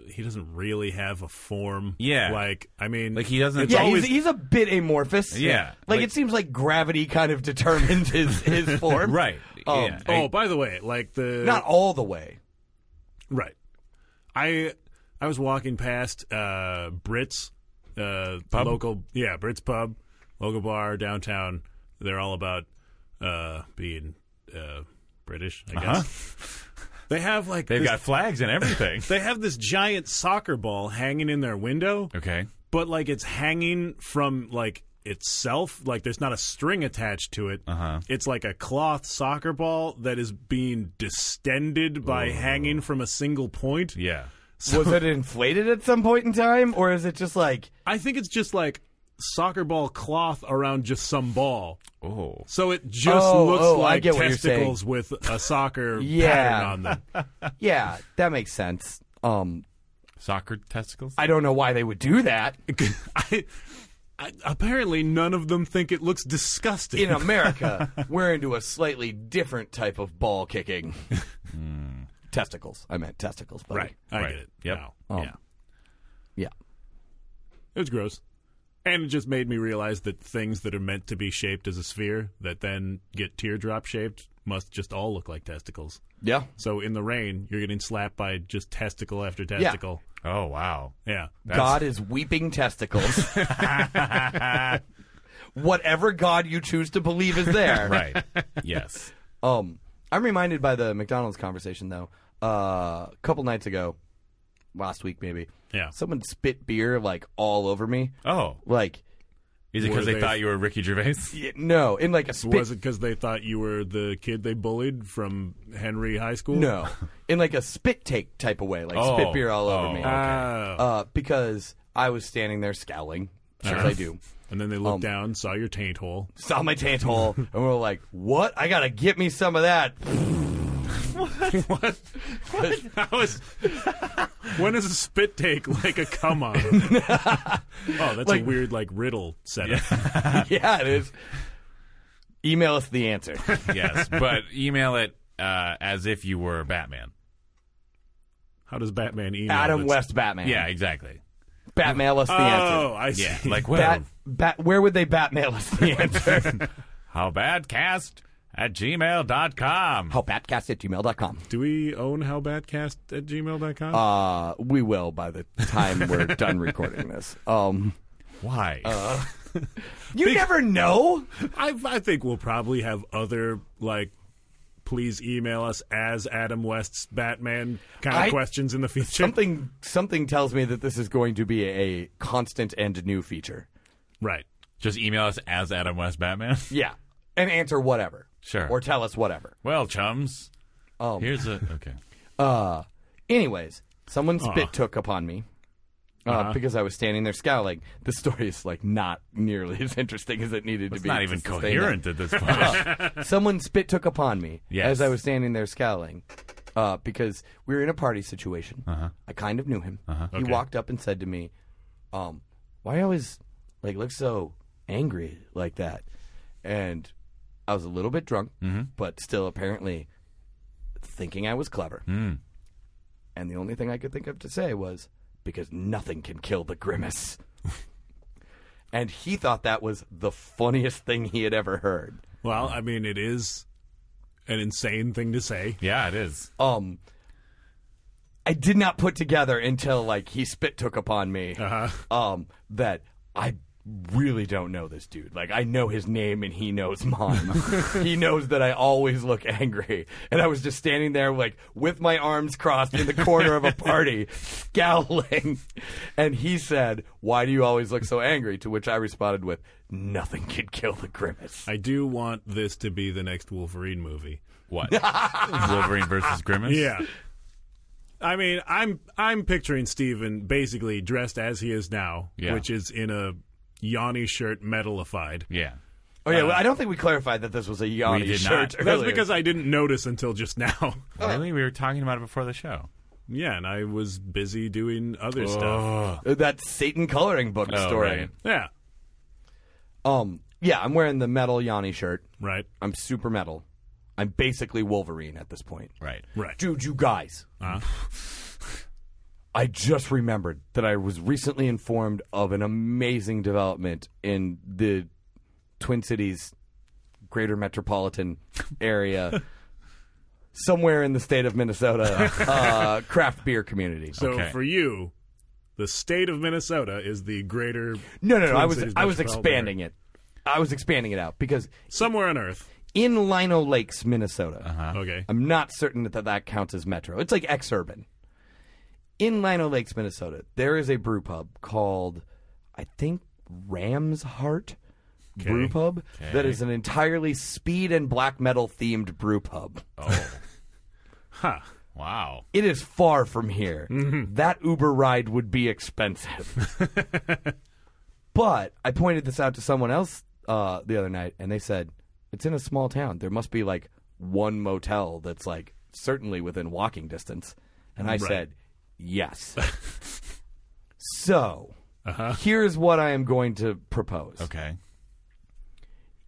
B: he doesn't really have a form.
C: Yeah.
B: like I mean,
C: Like he doesn't.
A: yeah,
C: always-
A: he's, he's a bit amorphous.
C: Yeah,
A: like,
C: like-
A: it seems like gravity kind of determines his his form.
C: right.
A: Um,
C: yeah.
B: Oh, by the way, like the
A: Not all the way.
B: right. I I was walking past uh, Brits, uh,
C: Pub?
B: local yeah Brits pub, local bar downtown. They're all about uh, being uh, British, I
C: Uh-huh.
B: guess. They have like
C: They've
B: this-
C: got flags and everything.
B: they have this giant soccer ball hanging in their window.
C: okay.
B: but like it's hanging from like itself like there's not a string attached to it
C: Uh-huh.
B: it's like a cloth soccer ball that is being distended by hanging from a single point
C: Yeah.
A: Was it inflated at some point in time, or is it just like
B: i think it's just like soccer ball cloth around just some ball
C: Oh.
B: so it just
A: Oh,
B: looks
A: oh, I
B: like
A: get what you're
B: testicles with a soccer
A: Yeah.
B: pattern on them
A: yeah, that makes sense. Um,
C: Soccer testicles.
A: I don't know why they would do that
B: I, I, apparently none of them think it looks disgusting
A: in America. we're into a slightly different type of ball kicking. testicles. I meant testicles. Buddy.
B: right i
C: Right.
B: get it
C: Yep. Oh.
B: now.
A: Um,
B: yeah
A: Yeah.
B: It was gross. And it just made me realize that things that are meant to be shaped as a sphere that then get teardrop shaped must just all look like testicles.
A: Yeah.
B: So in the rain, you're getting slapped by just testicle after testicle.
C: Oh wow.
B: Yeah.
A: God is weeping testicles. Whatever God you choose to believe is there.
C: Right. yes.
A: Um, I'm reminded by the McDonald's conversation though. Uh, a couple nights ago, last week maybe,
B: Yeah.
A: someone spit beer like all over me.
C: Oh,
A: Like,
C: is it
B: Were
C: because they,
B: they-
C: thought you were Ricky Gervais?
A: y- no, in like a spit.
B: Was it because they thought you were the kid they bullied from Henry High School?
A: No, in like a spit take type of way, like
C: Oh,
A: spit beer all over
C: oh,
A: me.
C: okay.
B: Oh.
A: Uh, because I was standing there scowling, as
C: Uh-huh.
A: I do.
B: and then they
A: Um,
B: looked down, saw your taint hole.
A: Saw my taint hole, and we were like, "What? I gotta get me some of that."
B: I was. when is a spit take like a come on? oh, that's a weird like riddle setup.
A: yeah, it is. Email us the answer.
C: yes, but email it uh, as if you were Batman.
B: How does Batman email?
A: Adam
B: that's-
A: West Batman.
C: Yeah, exactly.
A: Batmail us the
B: Oh,
A: answer.
B: I see.
C: Yeah, like well,
A: Bat, bat, where would they Batmail us the answer?
C: how bad cast at gmail.com.
A: oh, batcast at gmail.com.
B: Do we own howbatcast at gmail.com?
A: Uh, we will by the time we're done recording this. Um,
C: Why?
A: Uh. you never know.
B: I, I think we'll probably have other, like, please email us as Adam West's Batman kind of
A: I-
B: questions in the future.
A: Something something tells me that this is going to be a constant and new feature.
B: Right.
C: Just email us as Adam West Batman.
A: Yeah, and answer whatever.
C: Sure.
A: Or tell us whatever.
C: well, chums.
A: Um,
C: Here's a okay.
A: Uh, anyways, someone
C: Uh-huh.
A: spit took upon me. Uh, Because I was standing there scowling. The story is like not nearly as interesting as it needed to
C: It's
A: be.
C: not
A: to
C: even
A: sustain
C: coherent at this point.
A: that. Someone spit took upon me
C: Yes.
A: as I was standing there scowling, uh, because we were in a party situation. Uh-huh. I kind of knew him. Uh-huh. He walked up and said to me, um, "Why you always like look so angry like that?" And I was a little bit drunk, but still apparently thinking I was clever. And the only thing I could think of to say was, because nothing can kill the grimace. and he thought that was the funniest thing he had ever heard.
B: Well, I mean, it is an insane thing to say.
C: yeah, it is.
A: Um, I did not put together until like he spit took upon me um, that I really don't know this dude. Like I know his name and he knows mine. he knows that I always look angry, and I was just standing there like with my arms crossed in the corner of a party, scowling. And he said, "Why do you always look so angry?" To which I responded with, "Nothing could kill the grimace."
B: I do want this to be the next Wolverine movie.
C: What? Wolverine versus Grimace?
B: Yeah. I mean, I'm I'm picturing Steven basically dressed as he is now,
C: Yeah.
B: which is in a Yanni shirt metalified.
C: Yeah.
A: Oh yeah, well, I don't think we clarified that this was a Yanni
C: We did
A: shirt.
C: not.
B: That's
A: earlier.
B: because I didn't notice until just now.
A: Uh,
C: Really? We were talking about it before the show.
B: yeah, and I was busy doing other stuff.
A: Uh, that Satan coloring book
C: Oh,
A: story.
C: right.
B: Yeah,
A: Um, yeah, I'm wearing the metal Yanni shirt.
B: right,
A: I'm super metal. I'm basically Wolverine at this point.
C: Right.
B: right.
A: Dude, you guys.
B: Huh?
A: I just remembered that I was recently informed of an amazing development in the Twin Cities greater metropolitan area. Somewhere in the state of Minnesota, uh, craft beer community.
B: So
C: Okay.
B: for you, the state of Minnesota is the greater.
A: no, no, no.
B: Twin
A: I was
B: Cities
A: I was
B: metropolitan area.
A: expanding it. I was expanding it out because
B: somewhere on Earth.
A: in Lino Lakes, Minnesota,
B: Okay,
A: I'm not certain that that counts as metro. It's like exurban. In Lino Lakes, Minnesota, there is a brew pub called, I think, Ram's Heart Brew Pub that is an entirely speed and black metal themed brew pub.
C: Oh.
B: huh?
C: wow.
A: It is far from here.
C: Mm-hmm.
A: That Uber ride would be expensive. but I pointed this out to someone else uh, the other night, and they said, it's in a small town. There must be like one motel that's like certainly within walking distance. And I said, yes. so here's what I am going to propose
C: Uh-huh. Okay.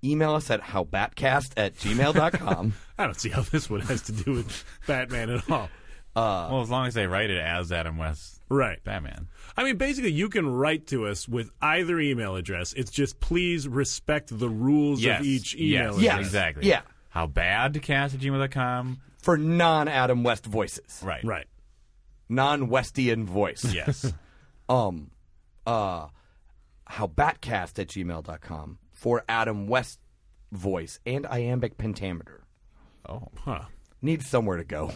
A: email us at howbatcast at gmail.com.
B: I don't see how this one has to do with Batman at all.
A: Uh,
C: well, as long as they write it as Adam West
B: Right.
C: Batman.
B: I mean, basically, you can write to us with either email address. It's just please respect the rules
C: Yes.
B: of each
C: yes.
B: email address.
A: Yes.
C: Exactly.
A: Yeah.
C: How bad cast at gmail.com.
A: for non Adam West voices,
C: Right.
B: Right.
A: non Westian voice.
C: Yes.
A: um uh howbatcast at gmail.com for adam west voice and iambic pentameter
C: oh.
B: Huh.
A: needs somewhere to go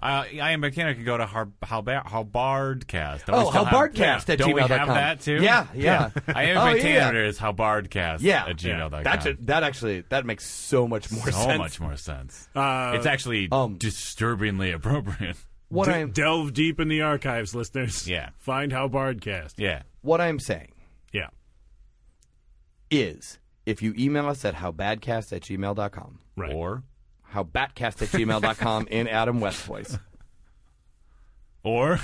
C: I, I am mechanic Uh, could go to Har- how ba- how bardcast. Don't we
A: oh
C: still have-
A: howbardcast at
C: Don't
A: gmail.com
C: we have that too?
A: yeah yeah,
C: I am
A: Oh,
C: oh,
A: yeah,
C: mechanic is how bardcast
A: yeah, yeah.
C: at gmail.com.
A: That's a, that actually that makes so much more
C: so
A: sense
C: much more sense.
B: Uh,
C: it's actually
A: um,
C: disturbingly appropriate.
A: what
B: D-
A: i'm
B: delve deep in the archives, listeners.
C: Yeah.
B: Find how Bardcast.
C: Yeah.
A: what i'm saying
B: Yeah.
A: is if you email us at howbadcast at gmail.com
B: Right.
C: Or
A: howbatcast at gmail.com in adam west voice
C: or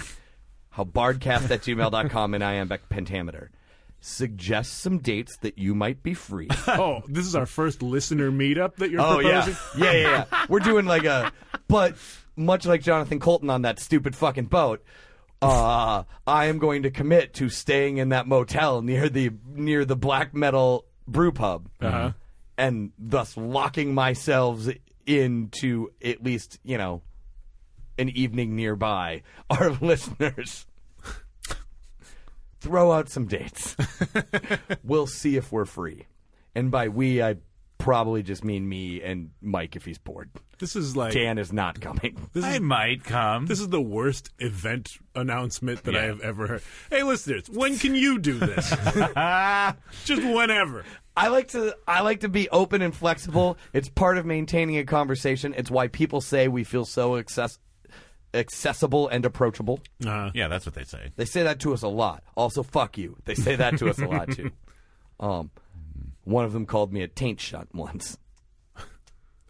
A: how bardcast at gmail.com and iambic pentameter suggest some dates that you might be free
B: oh, this is our first listener meetup that you're
A: oh yeah.
B: proposing?
A: yeah yeah yeah we're doing like a but much like jonathan colton on that stupid fucking boat uh, i am going to commit to staying in that motel near the near the black metal brew pub and thus locking myself into at least you know an evening nearby our listeners throw out some dates we'll see if we're free. And by we, I probably just mean me and Mike if he's bored.
B: This is like
A: Dan is not coming.
C: I might come.
B: this is the worst event announcement that I
C: Yeah.
B: have ever heard. Hey listeners, when can you do this? Just whenever.
A: I like to I like to be open and flexible. It's part of maintaining a conversation. It's why people say we feel so access, accessible and approachable.
B: Uh,
C: yeah, that's what they say.
A: They say that to us a lot. Also, fuck you. They say that to us a lot too. Um, one of them called me a taint shot once.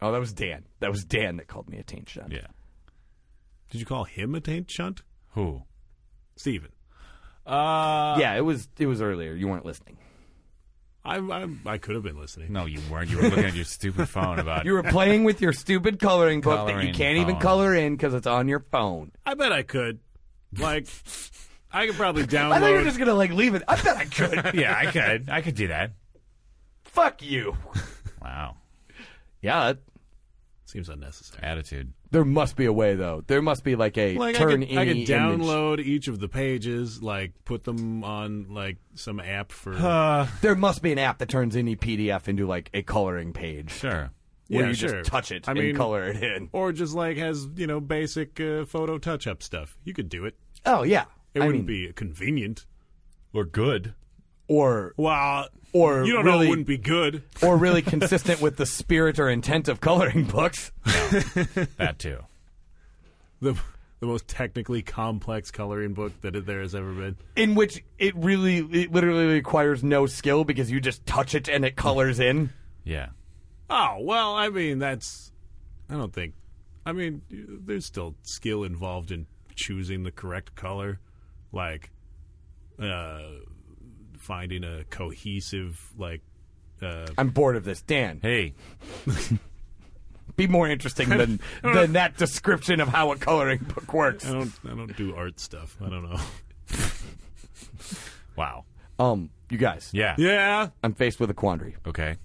A: Oh, that was Dan. That was Dan that called me a taint shot.
C: Yeah.
B: did you call him a taint shunt?
C: Who?
B: Steven.
C: Uh
A: yeah, it was it was earlier. You weren't listening.
B: I, I I could have been listening.
C: No, you weren't. You were looking at your stupid phone about
A: You were playing with your stupid coloring book that you
C: Coloring
A: can't even
C: phone.
A: color in because it's on your phone.
B: I bet I could. Like I could probably
A: I thought you were
B: download
A: just gonna like leave it. I bet I could.
C: Yeah, I could. I could do that.
A: Fuck you.
C: Wow.
A: Yeah, that-
B: seems unnecessary.
C: Attitude.
A: there must be a way though. There must be like a
B: Like
A: turn
B: I could, I could
A: any image.
B: download each of the pages, like put them on like some app for
C: Uh
A: There must be an app that turns any PDF into like a coloring page
C: sure.
A: where
B: Yeah,
A: you
B: sure.
A: just touch it
B: I
A: and
B: mean-
A: color it in.
B: or just like has you know basic uh, photo touch up stuff. You could do it.
A: Oh yeah,
B: It
A: I
B: wouldn't
A: mean,
B: be convenient.
C: Or good.
A: or
B: Well,
A: or
B: you don't know,
A: really
B: it wouldn't be good.
A: or really consistent with the spirit or intent of coloring books.
C: That too.
B: The the most technically complex coloring book that it- there has ever been.
A: in which it really, it literally requires no skill because you just touch it and it colors in.
C: Yeah.
B: Oh well, I mean that's. I don't think. I mean, you- there's still skill involved in choosing the correct color, like uh, finding a cohesive like. Uh,
A: I'm bored of this, Dan.
C: Hey,
A: Be more interesting than than that description of how a coloring book works.
B: I don't. I don't do art stuff. I don't know.
C: wow.
A: Um, you guys,
C: Yeah.
B: Yeah.
A: I'm faced with a quandary.
C: Okay.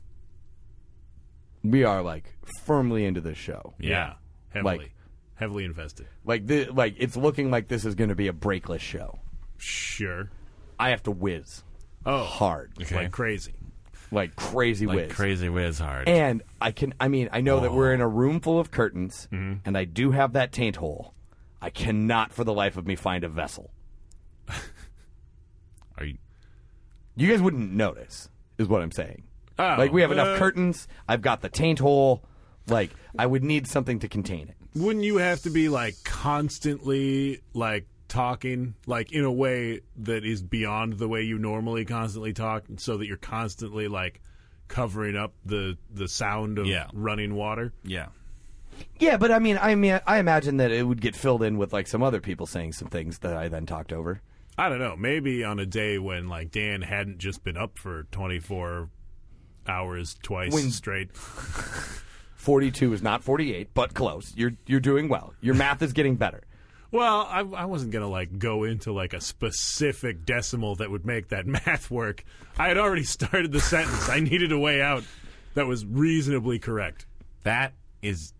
A: We are like firmly into this show.
C: Yeah.
B: Heavily.
A: Like-
B: heavily invested.
A: Like the like it's looking like this is going to be a breakless show.
B: Sure.
A: I have to whiz
B: Oh,
A: hard,
C: Okay.
B: like crazy.
A: like crazy
C: Like
A: whiz.
C: crazy whiz hard.
A: and I can I mean I know that we're in a room full of curtains
C: Mm-hmm.
A: and I do have that taint hole. I cannot for the life of me find a vessel.
C: Are you?
A: You guys wouldn't notice is what I'm saying.
B: Oh,
A: like we have enough
B: uh,
A: curtains. I've got the taint hole. Like I would need something to contain it.
B: Wouldn't you have to be like constantly like talking like in a way that is beyond the way you normally constantly talk, so that you're constantly like covering up the the sound of
C: Yeah.
B: running water?
C: Yeah.
A: Yeah, but I mean, I mean, I imagine that it would get filled in with like some other people saying some things that I then talked over.
B: I don't know. Maybe on a day when like Dan hadn't just been up for 24 hours twice
A: When-
B: straight.
A: Forty-two is not forty-eight, but close. You're you're doing well. Your math is getting better.
B: Well, I, I wasn't gonna like go into like a specific decimal that would make that math work. I had already started the sentence. I needed a way out that was reasonably correct.
C: That is.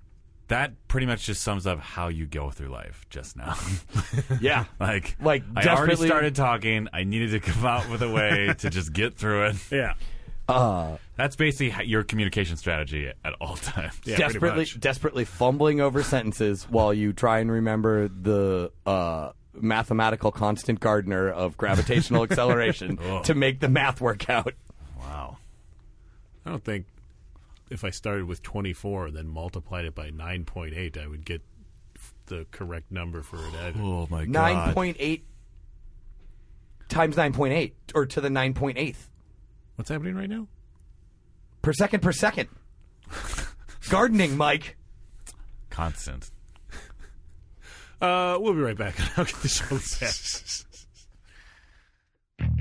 C: That pretty much just sums up how you go through life just now.
A: Yeah,
C: like,
A: Like,
C: I already
A: desperately-
C: started talking. I needed to come out with a way to just get through it.
B: Yeah,
C: That's basically ho- your communication strategy at all times.
B: yeah, pretty
A: desperately
B: much.
A: desperately fumbling over sentences while you try and remember the uh, mathematical constant gardener of gravitational acceleration
B: Oh.
A: to make the math work out.
C: Wow.
B: I don't think if I started with 24 and then multiplied it by 9.8, I would get f- the correct number for it. either.
C: Oh my god.
A: Nine point eight times nine point eight, or to the nine point eighth
B: What's happening right now?
A: per second per second. Gardening, Mike.
C: constant.
B: Uh, we'll be right back. I'll get the show back.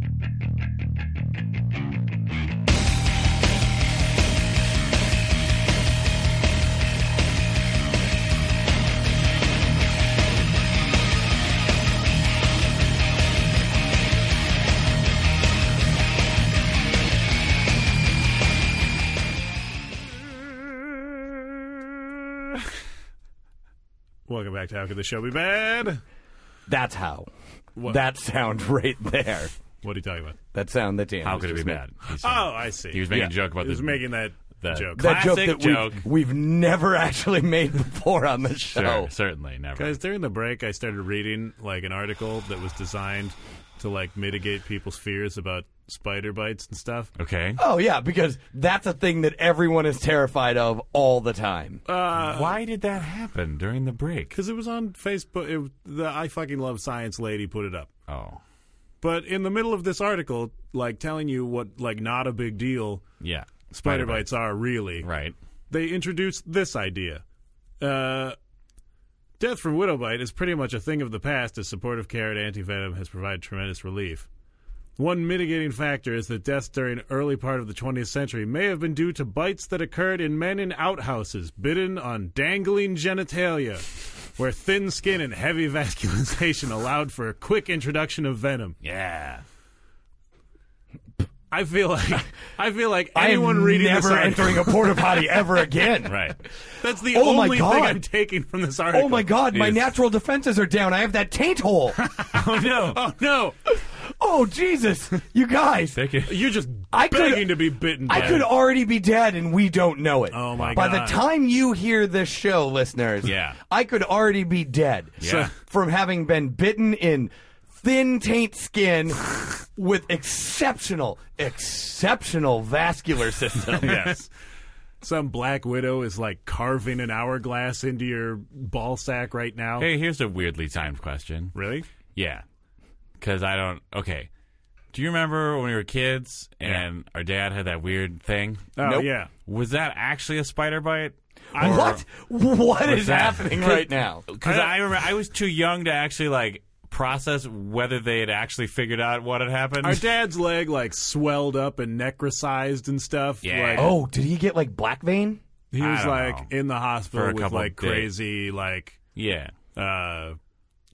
B: Welcome back to How Could the Show Be Bad?
A: That's how. That sound right there.
B: What are you talking about?
A: That sound that Dan
C: How
A: was
C: could it be
A: just making.
C: bad? He's
B: Oh, I see.
C: He was making a joke about
B: He was
C: this-
B: making that
C: the-
B: joke.
A: That joke
C: Classic
A: that we've-
C: joke.
A: We've, never actually made before on the
C: sure,
A: show.
C: certainly never.
B: Guys, during the break, I started reading like an article that was designed to like mitigate people's fears about spider bites and stuff.
C: okay.
A: Oh yeah, because that's a thing that everyone is terrified of all the time.
C: Uh, Why did that happen during the break?
B: Because it was on Facebook. It, the I fucking love science lady put it up.
C: Oh,
B: But in the middle of this article, like telling you what like not a big deal
C: yeah.
B: spider bites are really,
C: Right.
B: they introduced this idea. Uh, death from widow bite is pretty much a thing of the past as supportive care and antivenom has provided tremendous relief. One mitigating factor is that deaths during early part of the 20th century may have been due to bites that occurred in men in outhouses, bitten on dangling genitalia, where thin skin and heavy vascularization allowed for a quick introduction of venom.
C: Yeah.
B: I feel like I feel like
A: I am
B: anyone reading
A: never
B: this article,
A: entering a porta potty ever again.
C: Right.
B: that's the
A: Oh my
B: only thing
A: God.
B: I'm taking from this article.
A: Oh my god, my
C: Yes.
A: natural defenses are down. I have that taint hole.
C: oh no.
B: Oh no!
A: oh Jesus, you guys,
C: Take it.
B: You're just
A: I could-
B: begging to be bitten. By
A: I could
B: it.
A: already be dead and we don't know it.
B: Oh my
A: By
B: God.
A: the time you hear this show, listeners,
C: Yeah.
A: I could already be dead.
C: Yeah.
A: From having been bitten in thin taint skin with exceptional, exceptional vascular system.
C: yes.
B: some black widow is like carving an hourglass into your ball sack right now.
C: Hey, here's a weirdly timed question.
B: Really?
C: Yeah. Because I don't. Okay. Do you remember when we were kids and our dad had that weird thing?
B: Oh
A: Nope.
B: yeah.
C: Was that actually a spider bite?
B: I-
A: What? What is
C: that?
A: happening right now?
C: Because I, remember I was too young to actually like process whether they had actually figured out what had happened.
B: Our dad's leg like swelled up and necrosized and stuff.
C: Yeah.
B: Like,
A: Oh, did he get like black vein?
B: he
C: I
B: was
C: don't
B: like
C: know.
B: in the hospital
C: For a
B: with
C: couple
B: like
C: days.
B: crazy like
C: yeah.
B: uh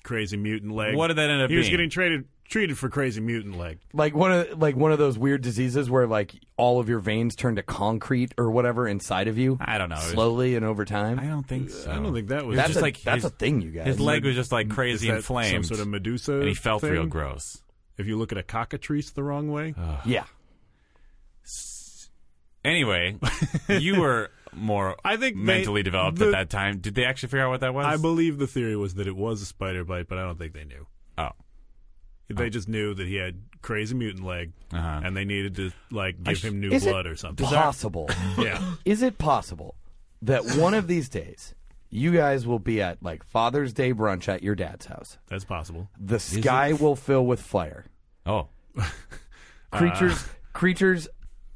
B: crazy mutant leg.
C: What did that end up
B: He was
C: being?
B: getting treated treated for crazy mutant leg.
A: Like one of like one of those weird diseases where like all of your veins turn to concrete or whatever inside of you.
C: I don't know. It was-
A: Slowly and over time.
C: I don't think so.
B: I don't think that was
A: that's
C: just
A: a,
C: like
A: that's
C: his-
A: a thing, you guys.
C: His leg was just like
B: Is
C: crazy
B: that
C: inflamed,
B: Some sort of Medusa.
C: and he felt
B: thing?
C: real gross.
B: If you look at a cockatrice the wrong way,
A: yeah.
C: Anyway, you were more
B: I think they-
C: mentally developed
B: the-
C: at that time. Did they actually figure out what that was?
B: I believe the theory was that it was a spider bite, but I don't think they knew.
C: oh,
A: Oh.
B: They just knew that he had crazy mutant leg,
C: Uh-huh.
B: and they needed to like give him new
A: Is it
B: blood or something.
A: Possible.
B: yeah,
A: is it possible that one of these days you guys will be at like Father's Day brunch at your dad's house?
B: that's possible.
A: The sky will fill with fire.
C: oh,
A: Creatures,
C: Uh.
A: creatures,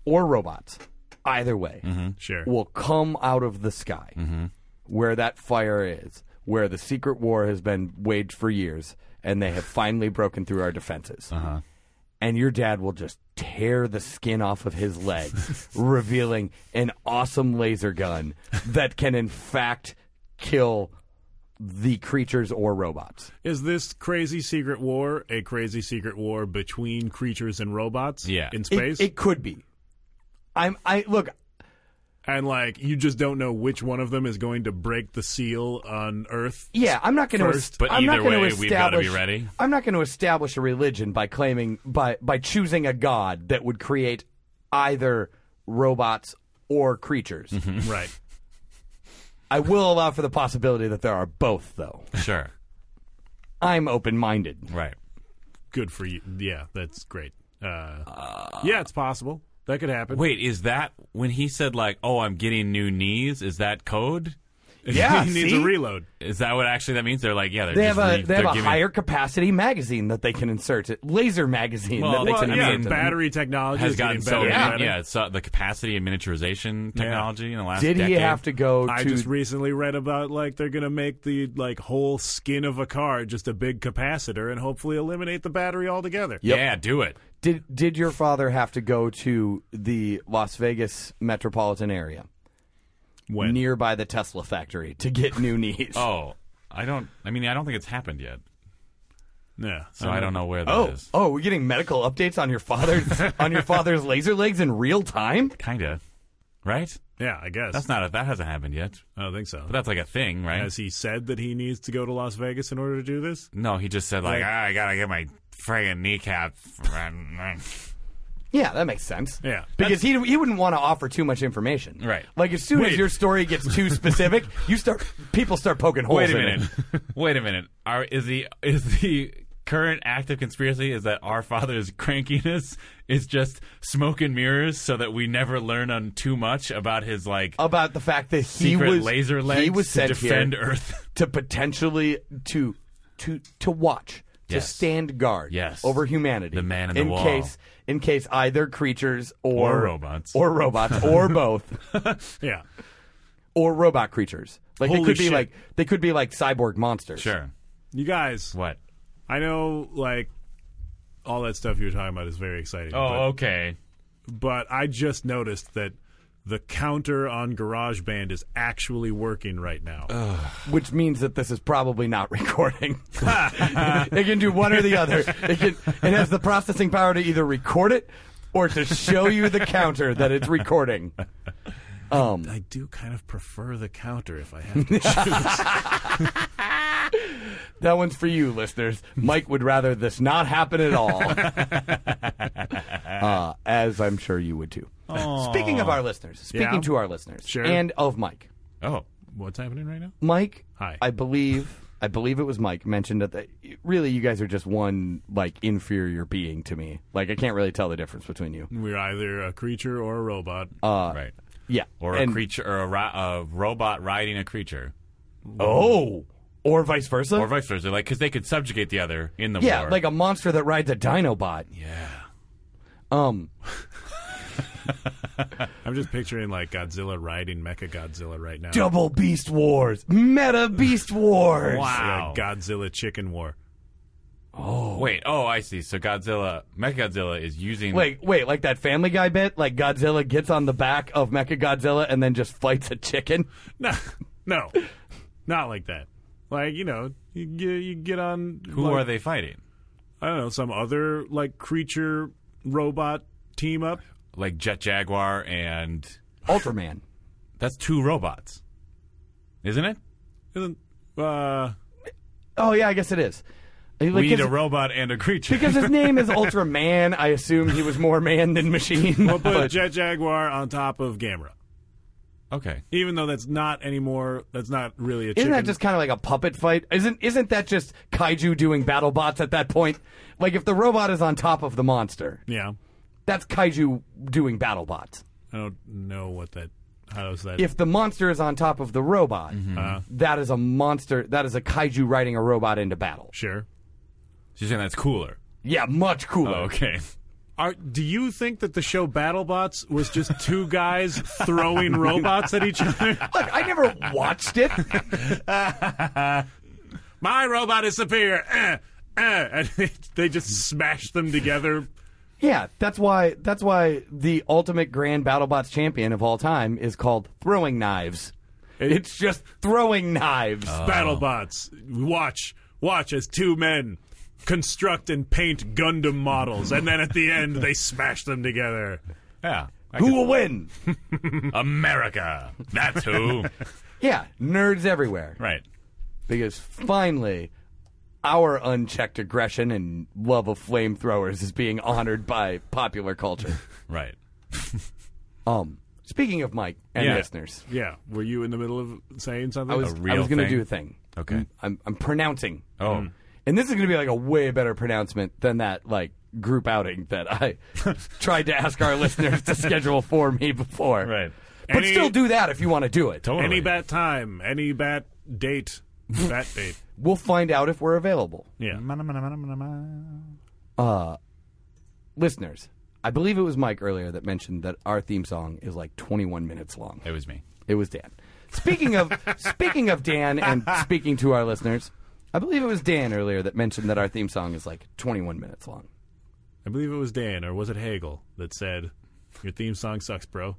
A: or robots, either way,
C: Mm-hmm.
B: Sure.
A: will come out of the sky where that fire is, where the secret war has been waged for years, and they have finally broken through our defenses. And your dad will just tear the skin off of his leg, revealing an awesome laser gun that can, in fact, kill the creatures or robots.
B: Is this crazy secret war a crazy secret war between creatures and robots?
C: Yeah.
B: in
C: It-
A: It,
B: space,
A: it could be. I'm. I look.
B: and like you just don't know which one of them is going to break the seal on Earth.
A: Yeah, I'm not going to.
B: First,
C: but
A: I'm not
C: either
A: going
C: way,
A: to
C: we've gotta be
A: establish-
C: ready.
A: I'm not going to establish a religion by claiming by by choosing a god that would create either robots or creatures.
C: Mm-hmm.
B: Right.
A: I will allow for the possibility that there are both, though.
C: sure,
A: I'm open minded.
C: right.
B: Good for you. Yeah, that's great. Uh, yeah, it's possible that could happen.
C: Wait, is that when he said like, "Oh, I'm getting new knees"? Is that code?
A: Yeah,
B: he needs
A: see?
B: a reload.
C: Is that what actually that means? They're like, yeah, they're
A: They
C: just
A: have a
C: re-
A: they have
C: they're
A: a
C: giving-
A: higher capacity magazine that they can insert it. Laser magazine
C: Well,
A: that they
C: well,
A: can
C: I
B: yeah,
A: insert. it.
B: battery technology
C: has
B: is
C: gotten
B: getting
C: so
B: better. and
C: yeah,
B: better.
C: yeah. It's uh, the capacity and miniaturization technology in the last.
A: Did he
C: decade.
A: have to go to
B: I just recently read about like they're gonna make the like whole skin of a car just a big capacitor and hopefully eliminate the battery altogether.
C: Yeah, do it.
A: Did did your father have to go to the Las Vegas metropolitan area
B: When?
A: nearby the Tesla factory to get new knees?
C: Oh, I don't. I mean, I don't think it's happened yet,
B: Yeah.
C: so I don't know where that is.
A: oh, oh, we're getting medical updates on your father's on your father's laser legs in real time.
C: Kinda, right?
B: Yeah, I guess.
C: That's not. A, that hasn't happened yet.
B: I don't think so.
C: But that's like a thing, right?
B: Has he said that he needs to go to Las Vegas in order to do this?
C: No, he just said like,
B: Like-
C: "Ah, I gotta get my friggin' kneecap.
A: Yeah, that makes sense.
B: Yeah.
A: because he he wouldn't want to offer too much information.
C: Right.
A: Like as soon
C: Wait.
A: as your story gets too specific, you start people start poking holes.
C: Wait a
A: in it.
C: minute. Wait a minute. Our, is the is the current active conspiracy is that our father's crankiness is just smoke and mirrors, so that we never learn on too much about his like
A: about the fact that he
C: secret
A: was
C: laser legs
A: he was
C: to
A: sent
C: defend
A: here
C: Earth.
A: to potentially to to to watch to
C: Yes.
A: stand guard
C: Yes.
A: over humanity
C: The man in the
A: in
C: wall.
A: case in case either creatures or,
C: Or robots.
A: or robots or both
B: Yeah.
A: or robot creatures like they
B: Holy
A: could be
B: shit.
A: like they could be like cyborg monsters
C: Sure.
B: You guys,
C: What?
B: I know like all that stuff you were talking about is very exciting.
C: Oh,
B: but,
C: okay.
B: but I just noticed that the counter on GarageBand is actually working right now.
C: Oh,
A: which means that this is probably not recording it can do one or the other it can it has the processing power to either record it or to show you the counter that it's recording um
B: I do kind of prefer the counter if I have to choose.
A: That one's for you, listeners. Mike would rather this not happen at all, uh, as I'm sure you would too. Speaking of our listeners, speaking
B: Yeah.
A: to our listeners,
B: Sure.
A: and of Mike,
C: Oh,
B: What's happening right now?
A: Mike,
B: Hi.
A: I believe, I believe it was Mike mentioned that the, really you guys are just one like inferior being to me. Like I can't really tell the difference between you.
C: Uh,
B: We're either a creature or a robot.
C: right.
A: Yeah,
C: or
A: and-
C: a creature or a, ro- a robot riding a creature,
A: Oh, or vice versa.
C: or vice versa, like because they could subjugate the other in the
A: yeah,
C: war.
A: like a monster that rides a Dinobot. Yeah. Um.
B: I'm just picturing like Godzilla riding Mecha Godzilla right now.
A: Double Beast Wars, Meta Beast Wars.
C: wow.
B: Like a Godzilla chicken war.
C: Wait, oh, I see. So Godzilla, Mechagodzilla is using
A: Wait, wait, like that Family Guy bit? Like Godzilla gets on the back of Mechagodzilla and then just fights a chicken?
B: No, no, not like that. Like you know, you get, you get on.
C: who
B: like,
C: are they fighting?
B: I don't know, some other like creature robot team up.
C: Like Jet Jaguar and
A: Ultraman.
C: that's two robots, isn't it?
B: Isn't uh
A: Oh yeah, I guess it is. Like,
C: we need
A: his-
C: a robot and a creature.
A: because his name is Ultraman, I assume he was more man than machine.
B: we'll put
A: but-
B: Jet Jaguar on top of Gamera.
C: okay,
B: Even though that's not anymore that's not really a
A: Isn't
B: chicken.
A: that just kind of like a puppet fight? Isn't isn't that just kaiju doing battle bots at that point? Like if the robot is on top of the monster,
B: Yeah.
A: that's kaiju doing battle bots.
B: I don't know what that how does that
A: If the monster is on top of the robot,
B: uh,
A: that is a monster. That is a kaiju riding a robot into battle.
B: sure.
C: she's saying that's cooler.
A: Yeah, much cooler.
C: Oh, okay,
B: Are, do you think that the show BattleBots was just two guys throwing robots at each other?
A: Look, I never watched it.
B: My robot is superior. Eh, eh. And they just smash them together.
A: Yeah, that's why. That's why the ultimate grand BattleBots champion of all time is called Throwing Knives. It's just throwing knives.
B: Uh-huh. BattleBots, watch, watch as two men construct and paint Gundam models, and then at the end they smash them together.
C: yeah. I
A: Who will win?
C: can- America? That's who.
A: Yeah, nerds everywhere.
C: right.
A: Because finally, our unchecked aggression and love of flamethrowers is being honored by popular culture.
C: Right.
A: Um, speaking of Mike and
C: Yeah.
A: listeners,
B: Yeah, were you in the middle of saying something?
A: I was
C: real
A: I was going to
C: thing?
A: do a thing.
C: Okay.
A: I'm I'm pronouncing. Mm.
C: Oh,
A: And this is going to be like a way better pronouncement than that like group outing that I tried to ask our listeners to schedule for me before.
C: right.
A: But
B: Any-
A: still do that if you want to do it.
C: Totally.
B: any bat time, any bat date, bat date.
A: We'll find out if we're available.
B: Yeah,
A: Listeners, I believe it was Mike earlier that mentioned that our theme song is like 21 minutes long.
C: It was me.
A: It was Dan. Speaking of speaking of Dan and speaking to our listeners, I believe it was Dan earlier that mentioned that our theme song is like 21 minutes long.
B: I believe it was Dan or was it Hagel that said, "Your theme song sucks, bro."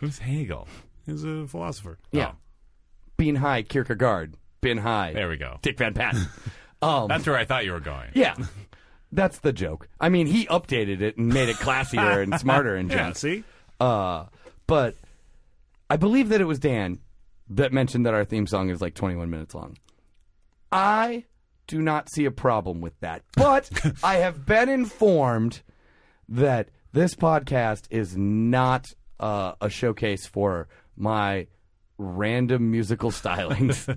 C: Who's Hegel?
B: He's a philosopher.
A: Yeah. Being high, Oh. Kierkegaard. Been high.
C: There we go.
A: Dick Van Patten. um,
C: That's where I thought you were going.
A: yeah. That's the joke. I mean, he updated it and made it classier and smarter and
B: Yeah,
A: junk.
B: see,
A: Uh, but I believe that it was Dan that mentioned that our theme song is like 21 minutes long. I do not see a problem with that. But I have been informed that this podcast is not uh, a showcase for my random musical stylings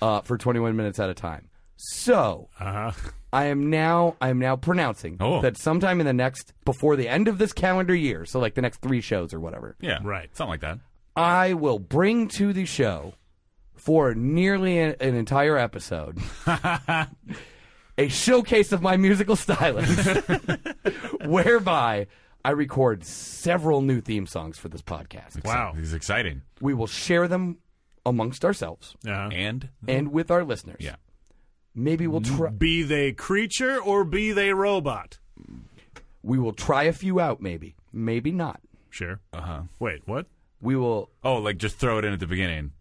A: uh, for 21 minutes at a time. So
B: uh-huh.
A: I am now I am now pronouncing
C: Oh.
A: that sometime in the next before the end of this calendar year, so like the next three shows or whatever,
C: Yeah.
B: Right.
C: Something like that.
A: I will bring to the show for nearly an, an entire episode a showcase of my musical stylings, whereby I record several new theme songs for this podcast.
B: Wow.
C: This is exciting.
A: We will share them amongst ourselves
B: Uh-huh.
C: And
A: and with our listeners.
C: Mm-hmm. Yeah. Mm-hmm.
A: Maybe we'll try.
B: Be they creature or be they robot.
A: We will try a few out. Maybe. Maybe not.
B: Sure.
C: uh huh.
B: Wait, what?
A: We will
C: Oh, like just throw it in at the beginning.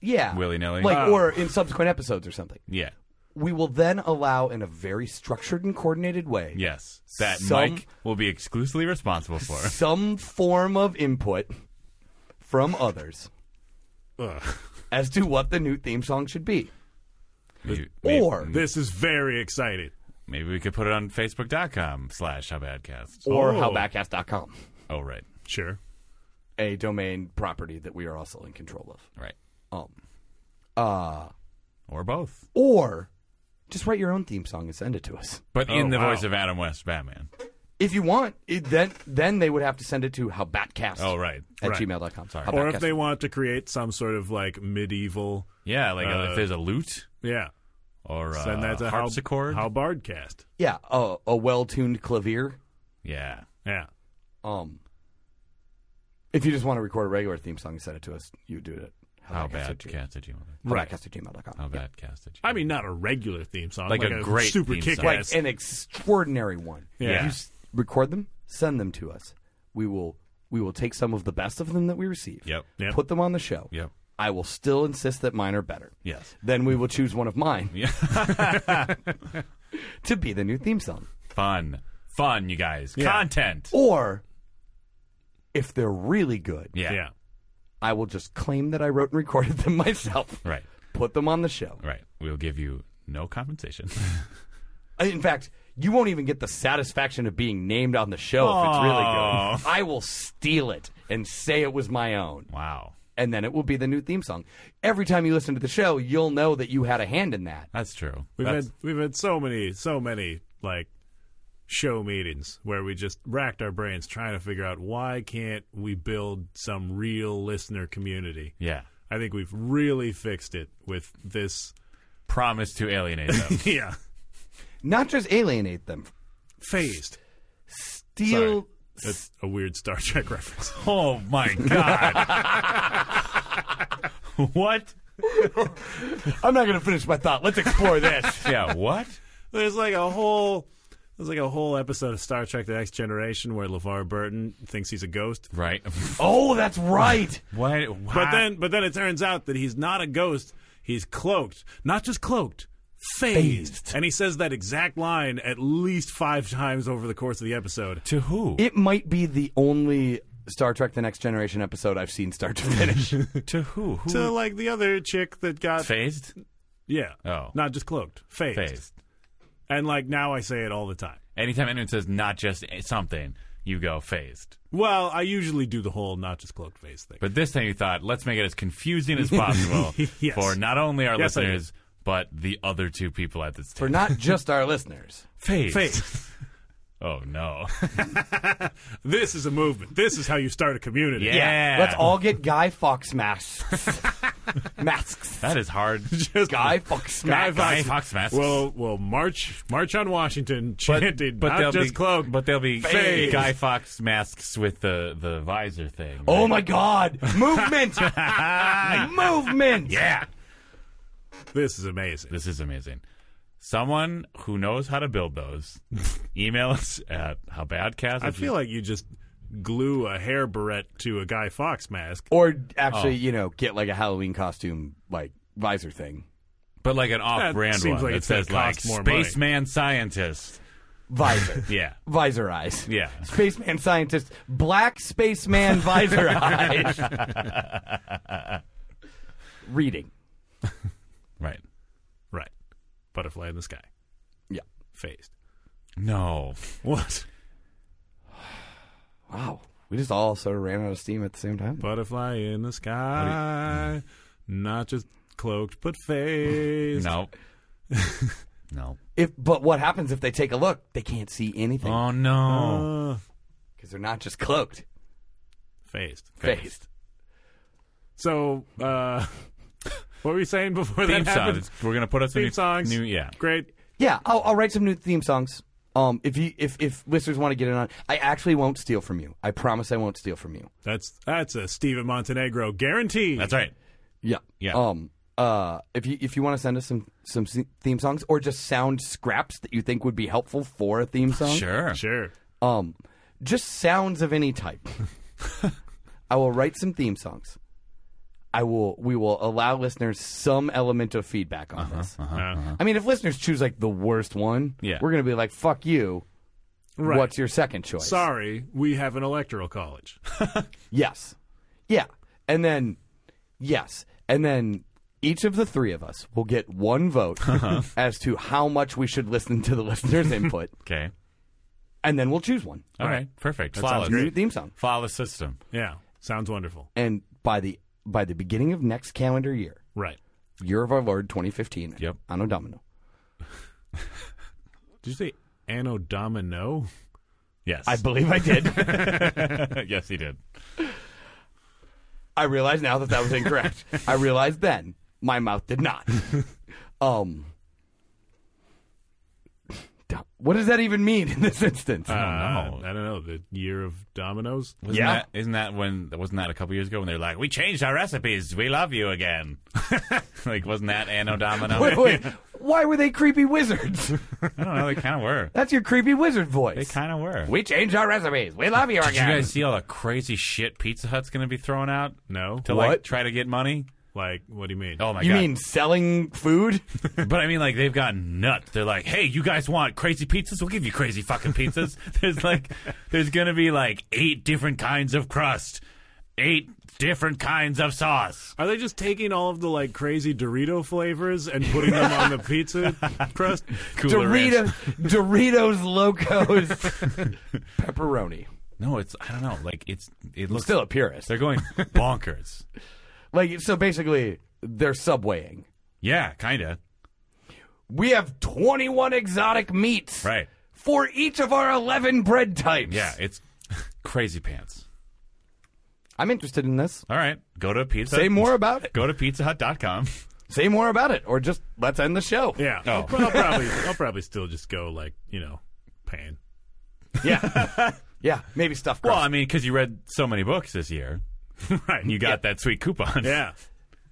A: Yeah.
C: Willy-nilly. Oh.
A: Like,
B: Wow.
A: or in subsequent episodes or something.
C: Yeah.
A: We will then allow, in a very structured and coordinated way,
C: Yes. That
A: Some-
C: Mike will be exclusively responsible for.
A: some form of input from others
B: Ugh.
A: as to what the new theme song should be.
C: Maybe-
A: Or-
C: maybe,
B: This is very exciting.
C: maybe we could put it on facebook.com slash howbadcast.
A: Or
B: Oh.
A: howbadcast.com,
C: Oh, right.
B: Sure.
A: a domain property that we are also in control of.
C: Right.
A: Um, uh,
C: Or both.
A: or just write your own theme song and send it to us.
C: But
B: Oh,
C: in the
B: wow.
C: voice of Adam West Batman.
A: If you want, it, then then they would have to send it to howbatcast
C: Oh, right.
A: at
B: Right.
A: gmail.com. Sorry.
B: or if they want to create some sort of like medieval,
C: Yeah, like uh,
B: Uh,
C: if there's a lute
B: yeah,
C: or uh,
B: send that to Hal-
C: harpsichord.
B: Halbard cast.
A: yeah, a, a well-tuned clavier.
C: yeah.
B: Yeah,
A: Um, if you just want to record a regular theme song and send it to us, you do it.
C: How
A: Howbatcast
C: bad
A: at gmail-
C: cast did you?
B: Right.
A: howbatcast at gmail.com.
C: How
A: Yeah.
C: bad cast did you?
B: I mean not a regular theme song,
C: Like
B: like,
C: a great
B: super
C: theme song.
B: kick
A: Like
B: ass.
A: an extraordinary one.
B: Yeah.
A: You s- record them, send them to us. We will we will take some of the best of them that we receive.
C: Yep.
B: Yep.
A: Put them on the show.
C: Yep.
A: I will still insist that mine are better.
C: Yes.
A: Then we will choose one of mine
C: Yeah.
A: to be the new theme song.
C: Fun. Fun, you guys. Content.
A: Or if they're really good,
C: Yeah.
B: yeah,
A: I will just claim that I wrote and recorded them myself.
C: Right.
A: Put them on the show.
C: Right. We'll give you no compensation.
A: In fact, you won't even get the satisfaction of being named on the show if it's really good. I will steal it and say it was my own.
C: wow.
A: And then it will be the new theme song. Every time you listen to the show, you'll know that you had a hand in that.
C: That's true.
B: We've
C: That's-
B: had we've had so many so many like show meetings where we just racked our brains trying to figure out why can't we build some real listener community.
C: yeah.
B: I think we've really fixed it with this.
C: Promise to alienate them.
B: Yeah,
A: Not just alienate them,
B: phased.
A: steal.
B: That's a weird Star Trek reference.
C: oh my god. what?
A: I'm not going to finish my thought. Let's explore this.
C: Yeah, what?
B: There's like a whole. There's like a whole episode of Star Trek: The Next Generation where LeVar Burton thinks he's a ghost,
C: Right.
A: oh, that's right.
C: Why,
B: but then but then it turns out that he's not a ghost. He's cloaked, not just cloaked, phased. and he says that exact line at least five times over the course of the episode.
C: to who?
A: It might be the only Star Trek The Next Generation episode I've seen start to finish.
C: to who? Who
B: To like the other chick that got
C: phased?
B: yeah,
C: Oh.
B: not just cloaked, phased.
C: Phased.
B: and like now I say it all the time.
C: Anytime anyone says not just something, you go phased.
B: Well, I usually do the whole not just cloaked phase thing.
C: But this time you thought, let's make it as confusing as possible
B: Yes.
C: for not only our
B: Yes, I did.
C: listeners, but the other two people at this
A: For
C: table.
A: not just our listeners.
C: phased.
B: phased.
C: Oh, no.
B: This is a movement. This is how you start a community.
C: Yeah.
A: Let's all get Guy Fox masks. masks.
C: That is hard.
B: Just
A: Guy Fox
B: Guy
A: masks.
C: Guy
B: Fox-
C: Fox masks.
B: Well, well, march, march on Washington, chanted,
C: they'll
B: not just
C: be,
B: cloaked.
C: But they'll be
B: Phased.
C: Guy Fox masks with the, the visor thing.
A: Oh my God! Movement! Movement!
C: Yeah.
B: this is amazing.
C: This is amazing. Someone who knows how to build those, email us at howbadcast.
B: I feel like you just glue a hair barrette to a Guy Fox mask.
A: Or
C: Oh.
A: actually, you know, get like a Halloween costume, like visor thing.
C: But like an off-brand
B: seems like
C: one that
B: it's gonna
C: says like
B: cost more money.
C: spaceman scientist.
A: Visor.
C: Yeah,
A: Visor eyes.
C: yeah.
A: Spaceman scientist. Black spaceman visor eyes. Reading.
C: Right.
B: Right. Butterfly in the sky.
A: Yeah.
B: Phased.
C: No.
B: What?
A: Wow. We just all sort of ran out of steam at the same time.
B: Butterfly in the sky. Not just cloaked, but phased.
C: No. no.
A: If but what happens if they take a look? They can't see anything
C: Oh no.
B: Uh,
A: because they're not just cloaked,
B: phased.
A: faced.
B: So, uh, what were you saying before
C: Theme
B: that happened?
C: songs. We're gonna put up some
B: Theme
C: new,
B: songs.
C: New, yeah.
B: Great.
A: Yeah, I'll, I'll write some new theme songs. Um, if you if if listeners want to get in on, I actually won't steal from you. I promise I won't steal from you.
B: That's that's a Steven Montenegro guarantee.
C: That's right.
A: Yeah,
C: Yeah.
A: Um, uh, if you if you want to send us some some se- theme songs or just sound scraps that you think would be helpful for a theme song,
C: Sure.
B: Sure.
A: Um, just sounds of any type. I will write some theme songs. I will. We will allow listeners some element of feedback
C: Uh-huh,
A: on this.
B: Uh-huh.
A: I mean, if listeners choose like the worst one,
C: Yeah.
A: we're gonna be like, "Fuck you."
B: Right.
A: What's your second choice?
B: Sorry, we have an electoral college.
A: Yes. Yeah. And then, yes. And then each of the three of us will get one vote as to how much we should listen to the listeners' input,
C: Okay.
A: and then we'll choose one.
C: All right. Perfect.
B: sounds
C: Flawless.
A: New theme song.
C: Flawless system.
B: yeah, sounds wonderful.
A: And by the by the beginning of next calendar year,
B: Right.
A: year of our Lord 2015,
C: Yep.
A: Anno Domino.
B: Did you say Anno Domino?
C: Yes. Uh,
A: I believe I did.
C: yes, he did.
A: I realize now that that was incorrect. I realized then my mouth did not. Um, da- what does that even mean in this instance?
B: Uh, I don't know. The year of dominoes?
C: Wasn't
A: Yeah.
C: That, isn't that when? Wasn't that a couple years ago when they were like, "We changed our recipes. We love you again." like, wasn't that Anno Domino?
A: wait, wait. Why were they creepy wizards?
C: I don't know. They kind of were.
A: That's your creepy wizard
C: They
A: voice.
C: kind of were.
A: we changed our recipes. We love you
C: Did you
A: again.
C: guys see all the crazy shit Pizza Hut's going to be throwing out
B: No.
C: to like
A: What?
C: try to get money?
B: Like, what do you mean?
C: Oh my
A: You
C: god!
A: mean selling food?
C: but I mean, like they've gotten nuts. They're like, "Hey, you guys want crazy pizzas? We'll give you crazy fucking pizzas." there's like, there's gonna be like eight different kinds of crust, eight different kinds of sauce.
B: Are they just taking all of the like crazy Dorito flavors and putting them on the pizza crust?
C: Cooler Ranch.
A: Doritos, Doritos Locos, pepperoni.
C: No, it's I don't know. Like it's it looks
A: Still a purist.
C: They're going bonkers.
A: Like so, basically, they're subwaying.
C: yeah, kinda.
A: We have 21 exotic meats.
C: Right.
A: For each of our 11 bread types.
C: Yeah, it's crazy pants.
A: I'm interested in this.
C: All right, go to pizza.
A: Say more about it.
C: Go to pizzahut.com.
A: Say more about it, or just let's end the show.
B: Yeah.
C: Oh.
B: But I'll probably I'll probably still just go like, you know, pan.
A: Yeah. Yeah, Maybe stuff.
C: Well, I mean, because you read so many books this year,
B: right.
C: you got that sweet coupon.
B: Yeah.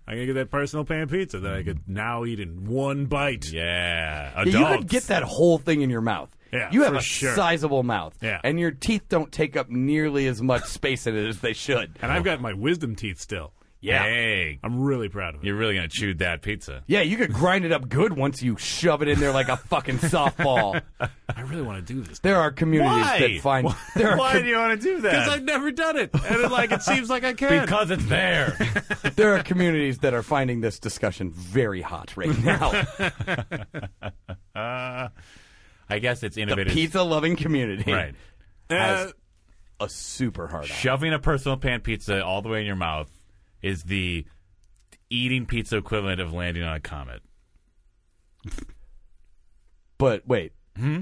B: I'm gonna get that personal pan pizza that I could now eat in one bite.
C: Yeah, Oh, adults.
A: you could get that whole thing in your mouth.
B: Yeah,
A: you have
B: for
A: a
B: sure.
A: sizable mouth,
B: Yeah.
A: and your teeth don't take up nearly as much space in it as they should.
B: And I've got my wisdom teeth still.
A: Yeah.
C: Hey,
B: I'm really proud of it.
C: you're really gonna chew that pizza.
A: Yeah, you could grind it up good once you shove it in there like a fucking softball.
B: I really want to do this.
A: There are communities that find there are com-
C: do you want to do
B: Because I've never done it. And it, like it seems like I can.
C: Because it's there.
A: there are communities that are finding this discussion very hot right now.
C: I guess it's
A: the
C: innovative.
A: pizza loving community
C: Right.
B: Uh,
A: has a super hard out.
C: Shoving a personal pan pizza all the way in your mouth is the eating pizza equivalent of landing on a comet.
A: But wait,
C: Hmm?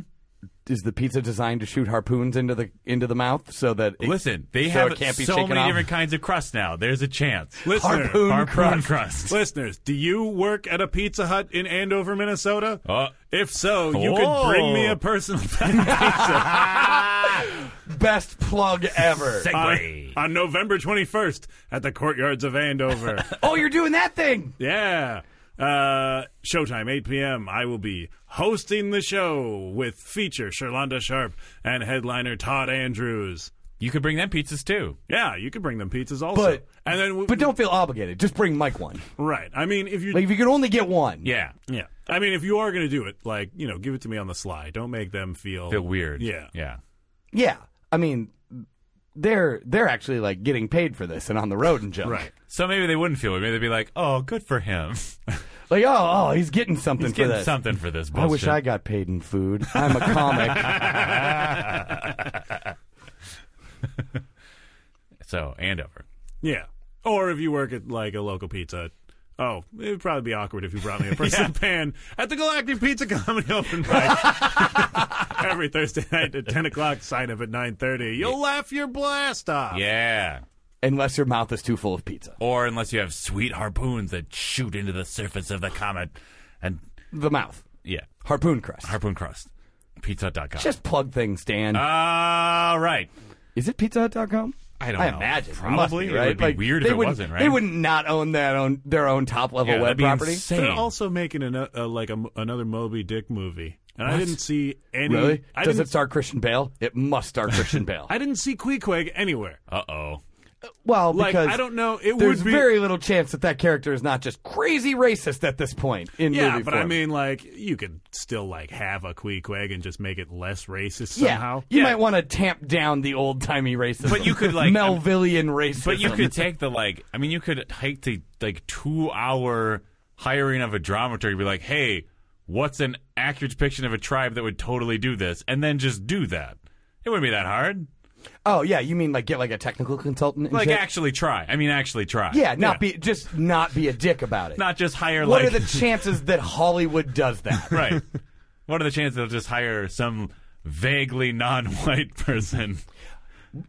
A: is the pizza designed to shoot harpoons into the into the mouth so that it,
C: Listen, they
A: so
C: have
A: it can't be
C: so
A: shaken
C: many
A: off?
C: different kinds of crust now. There's a chance.
B: Listener,
A: harpoon,
C: Harpoon
A: crust.
C: crust.
B: Listeners, do you work at a Pizza Hut in Andover, Minnesota?
C: Uh,
B: if so, you
C: Oh.
B: could bring me a personal pan pizza
A: Best plug ever.
B: on,
C: Segway.
B: on November 21st at the courtyards of Andover.
A: oh, you're doing that thing.
B: yeah. Uh, showtime, 8 p.m. I will be hosting the show with feature Sherlonda Sharp and headliner Todd Andrews.
C: you could bring them pizzas too.
B: Yeah, you could bring them pizzas also.
A: But-
B: and then we,
A: But don't feel obligated. Just bring Mike one.
B: right. I mean, if you
A: Like if you could only get one.
C: Yeah.
B: yeah, I mean, if you are going to do it, like you know, give it to me on the sly. Don't make them feel
C: Feel weird.
B: Yeah.
C: Yeah.
A: Yeah. I mean, they're they're actually like getting paid for this and on the road and junk.
B: Right.
C: So maybe they wouldn't feel weird. Maybe they'd be like, "Oh, good for him.
A: Like oh oh he's getting something
C: He's
A: for
C: getting
A: this.
C: something for this."
A: I
C: Bullshit.
A: wish I got paid in food. I'm a comic.
C: So Andover.
B: Yeah. Or if you work at like a local pizza. Hut. Oh, it would probably be awkward if you brought me a personal pan at the Galactic Pizza Comedy Open Mic every Thursday night at ten o'clock. Sign up at nine thirty. You'll laugh your blast off.
C: Yeah.
A: Unless your mouth is too full of pizza.
C: Or unless you have sweet harpoons that shoot into the surface of the comet, and
A: The mouth.
C: yeah,
A: Harpoon crust.
C: harpoon crust. Pizza.com.
A: Just plug things, Dan.
C: Uh, All right.
A: Is it PizzaHut.com?
C: I don't
A: I
C: know.
A: imagine. It must
C: Probably.
A: be,
C: It
A: right?
C: would be
A: Like,
C: weird if
A: they
C: it
A: wouldn't-
C: wasn't, right?
A: They would not own that on their own top level
C: Yeah, that'd
A: web
C: be
A: property.
C: insane.
B: They're also making an, uh, uh, like a m another Moby Dick movie, and I didn't see any.
A: Really?
B: I
A: Does
B: didn't,
A: it star Christian Bale? It must star Christian Bale.
B: I didn't see Queequeg anywhere.
C: Uh oh.
A: well,
B: Like
A: because
B: I don't know. It
A: There's
B: would be
A: very little chance that that character is not just crazy racist at this point in
B: yeah,
A: movie
B: but I
A: form.
B: mean, like you could still like have a Queequeg and just make it less racist
A: yeah,
B: somehow.
A: you might want to tamp down the old timey racism.
C: But you could, like-
B: um,
A: Melvillian racism.
C: But you could take the like. I mean, you could take the like two hour hiring of a dramaturg. and Be like, hey, what's an accurate depiction of a tribe that would totally do this, and then just do that. It wouldn't be that hard.
A: oh yeah, you mean like get like a technical consultant? And
C: Like,
A: shit?
C: actually try. I mean, actually try.
A: yeah, not be just not be a dick about it.
C: Not just hire
A: what
C: like
A: are the chances that Hollywood does that?
C: right. What are the chances they'll just hire some vaguely non-white person.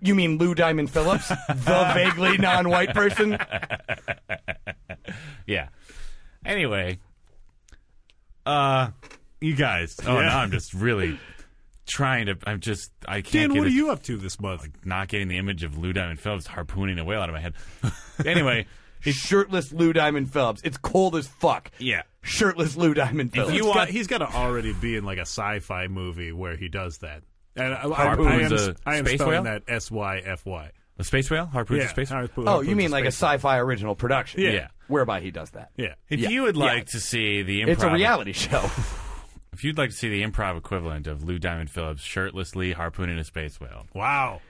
A: You mean Lou Diamond Phillips, the vaguely non-white person?
C: Yeah. Anyway, uh, you guys. Oh, no, I'm just really trying to. I'm just. I can't.
B: Dan,
C: get
B: what are
C: it-
B: you up to this month?
C: Not getting the image of Lou Diamond Phillips harpooning a whale out of my head. anyway,
A: Shirtless Lou Diamond Phillips. It's cold as fuck.
C: yeah.
A: Shirtless Lou Diamond Phillips.
C: you
B: He's got-
C: want-
B: he's got to already be in like a sci-fi movie where he does that. And I, I, I
C: Harpoons
B: am,
C: a
B: I am
C: space
B: spelling
C: whale?
B: that S Y F Y.
C: A space whale harpoons a space. Whale?
A: oh, you mean like a sci-fi original production?
B: Yeah.
C: Yeah.
A: Whereby he does that.
B: Yeah.
C: If
A: Yeah.
C: you would
A: Yeah.
C: like to see the improv,
A: It's a reality show.
C: If you'd like to see the improv equivalent of Lou Diamond Phillips shirtlessly harpooning a space whale,
B: Wow.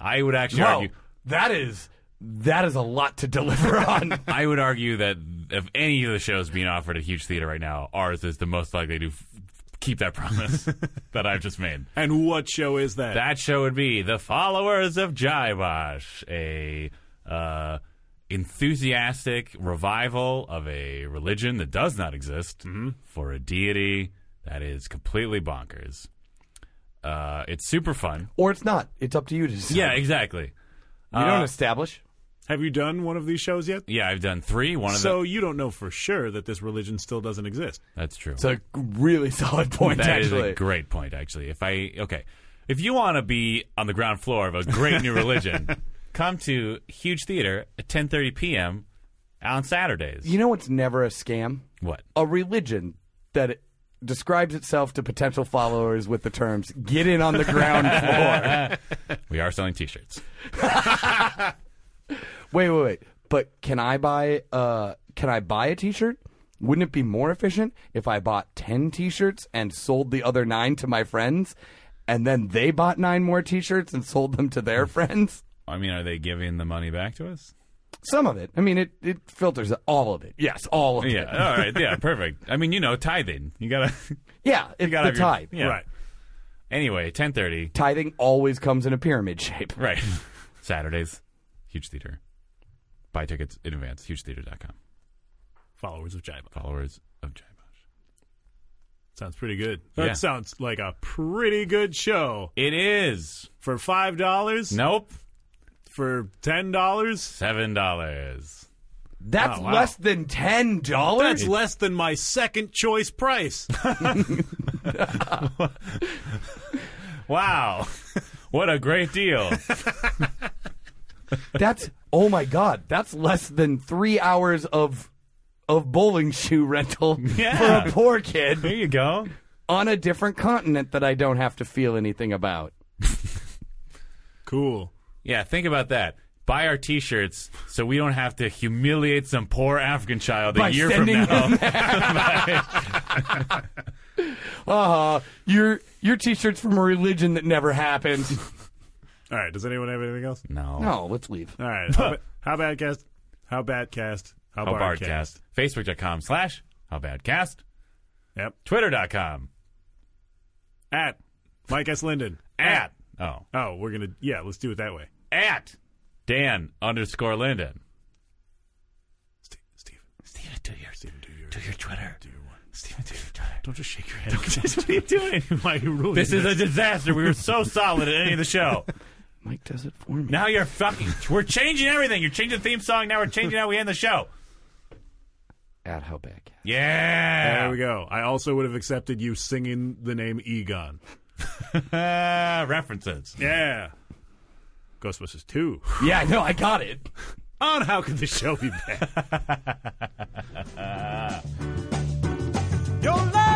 C: I would actually
A: Wow,
C: argue.
A: that is that is a lot to deliver on.
C: I would argue that of any of the shows being offered at Huge Theater right now, ours is the most likely to f- keep that promise that I've just made.
B: And what show is that?
C: That show would be The Followers of Jaivash, a uh, enthusiastic revival of a religion that does not exist for a deity that is completely bonkers. Uh, it's super fun. Uh,
A: or it's not. It's up to you to decide.
C: Yeah, Uh, exactly.
A: you don't establish.
B: Have you done one of these shows yet?
C: Yeah, I've done three. One of
B: So
C: them.
B: you don't know for sure that this religion still doesn't exist.
C: That's true.
A: It's a really solid point,
C: That is
A: actually.
C: a great point, actually. If I okay, if you want to be on the ground floor of a great new religion, come to Huge Theater at 10:30 p.m. on Saturdays.
A: you know what's never a scam?
C: what?
A: A religion that it describes itself to potential followers with the terms "get in on the ground floor."
C: We are selling T-shirts.
A: wait, wait, wait. But can I buy? Uh, can I buy a T-shirt? Wouldn't it be more efficient if I bought ten T-shirts and sold the other nine to my friends, and then they bought nine more T-shirts and sold them to their friends?
C: I mean, are they giving the money back to us?
A: Some of it. I mean, it it filters all of it. Yes, all of
C: Yeah.
A: it.
C: All right. Yeah. Perfect. I mean, you know, tithing. You gotta.
A: Yeah, it's
C: You gotta
A: the
C: have
A: tithe.
C: your- yeah.
B: Right.
C: Anyway, 10:30.
A: Tithing always comes in a pyramid shape.
C: Right. Saturdays. Huge Theater. Buy tickets in advance. HugeTheater.com.
B: Followers of Jaiba.
C: Followers of Jaivash.
B: Sounds pretty good.
C: Yeah.
B: That sounds like a pretty good show.
C: It is.
B: For $5?
C: Nope.
B: For $10?
C: Seven dollars.
A: That's
B: Oh, wow.
A: less than ten dollars.
B: That's less than my second choice price.
C: Wow. What a great deal.
A: That's oh my god. That's less than three hours of of bowling shoe rental
C: Yeah.
A: for a poor
C: There
A: kid
C: you go.
A: on a different continent that I don't have to feel anything about.
B: cool.
C: Yeah, think about that. Buy our t-shirts so we don't have to humiliate some poor African child a
A: By
C: year from
A: sending
C: now.
A: Uh your your t-shirt's from a religion that never happened.
B: All right. Does anyone have anything else?
C: no.
A: no, let's leave.
B: All right. How, ba- how bad cast? How bad cast? How,
C: How
B: bad
C: bad cast. Facebook.com slash how bad cast.
B: Yep.
C: Twitter.com
B: At Mike S. Linden.
C: at oh
B: Oh, we're gonna. Yeah, let's do it that way.
C: at Dan underscore Linden.
B: Steve, Steve,
C: Steven, do your
B: Steven, do your,
C: do your Twitter. Do your what? Steven, do your Twitter.
B: Don't just shake your head.
C: what are you doing?
B: Why are you ruining
C: This is a disaster. We were so solid at any of the show.
A: Mike does it for me.
C: Now you're fucking. We're changing everything. You're changing the theme song. Now we're changing how we end the show.
A: At how bad? Cat.
C: Yeah.
B: There we go. I also would have accepted you singing the name Egon.
C: Uh, references.
B: Yeah. Ghostbusters 2.
A: Yeah, no, I got it.
B: On How Could This Show Be Bad?
E: Your love.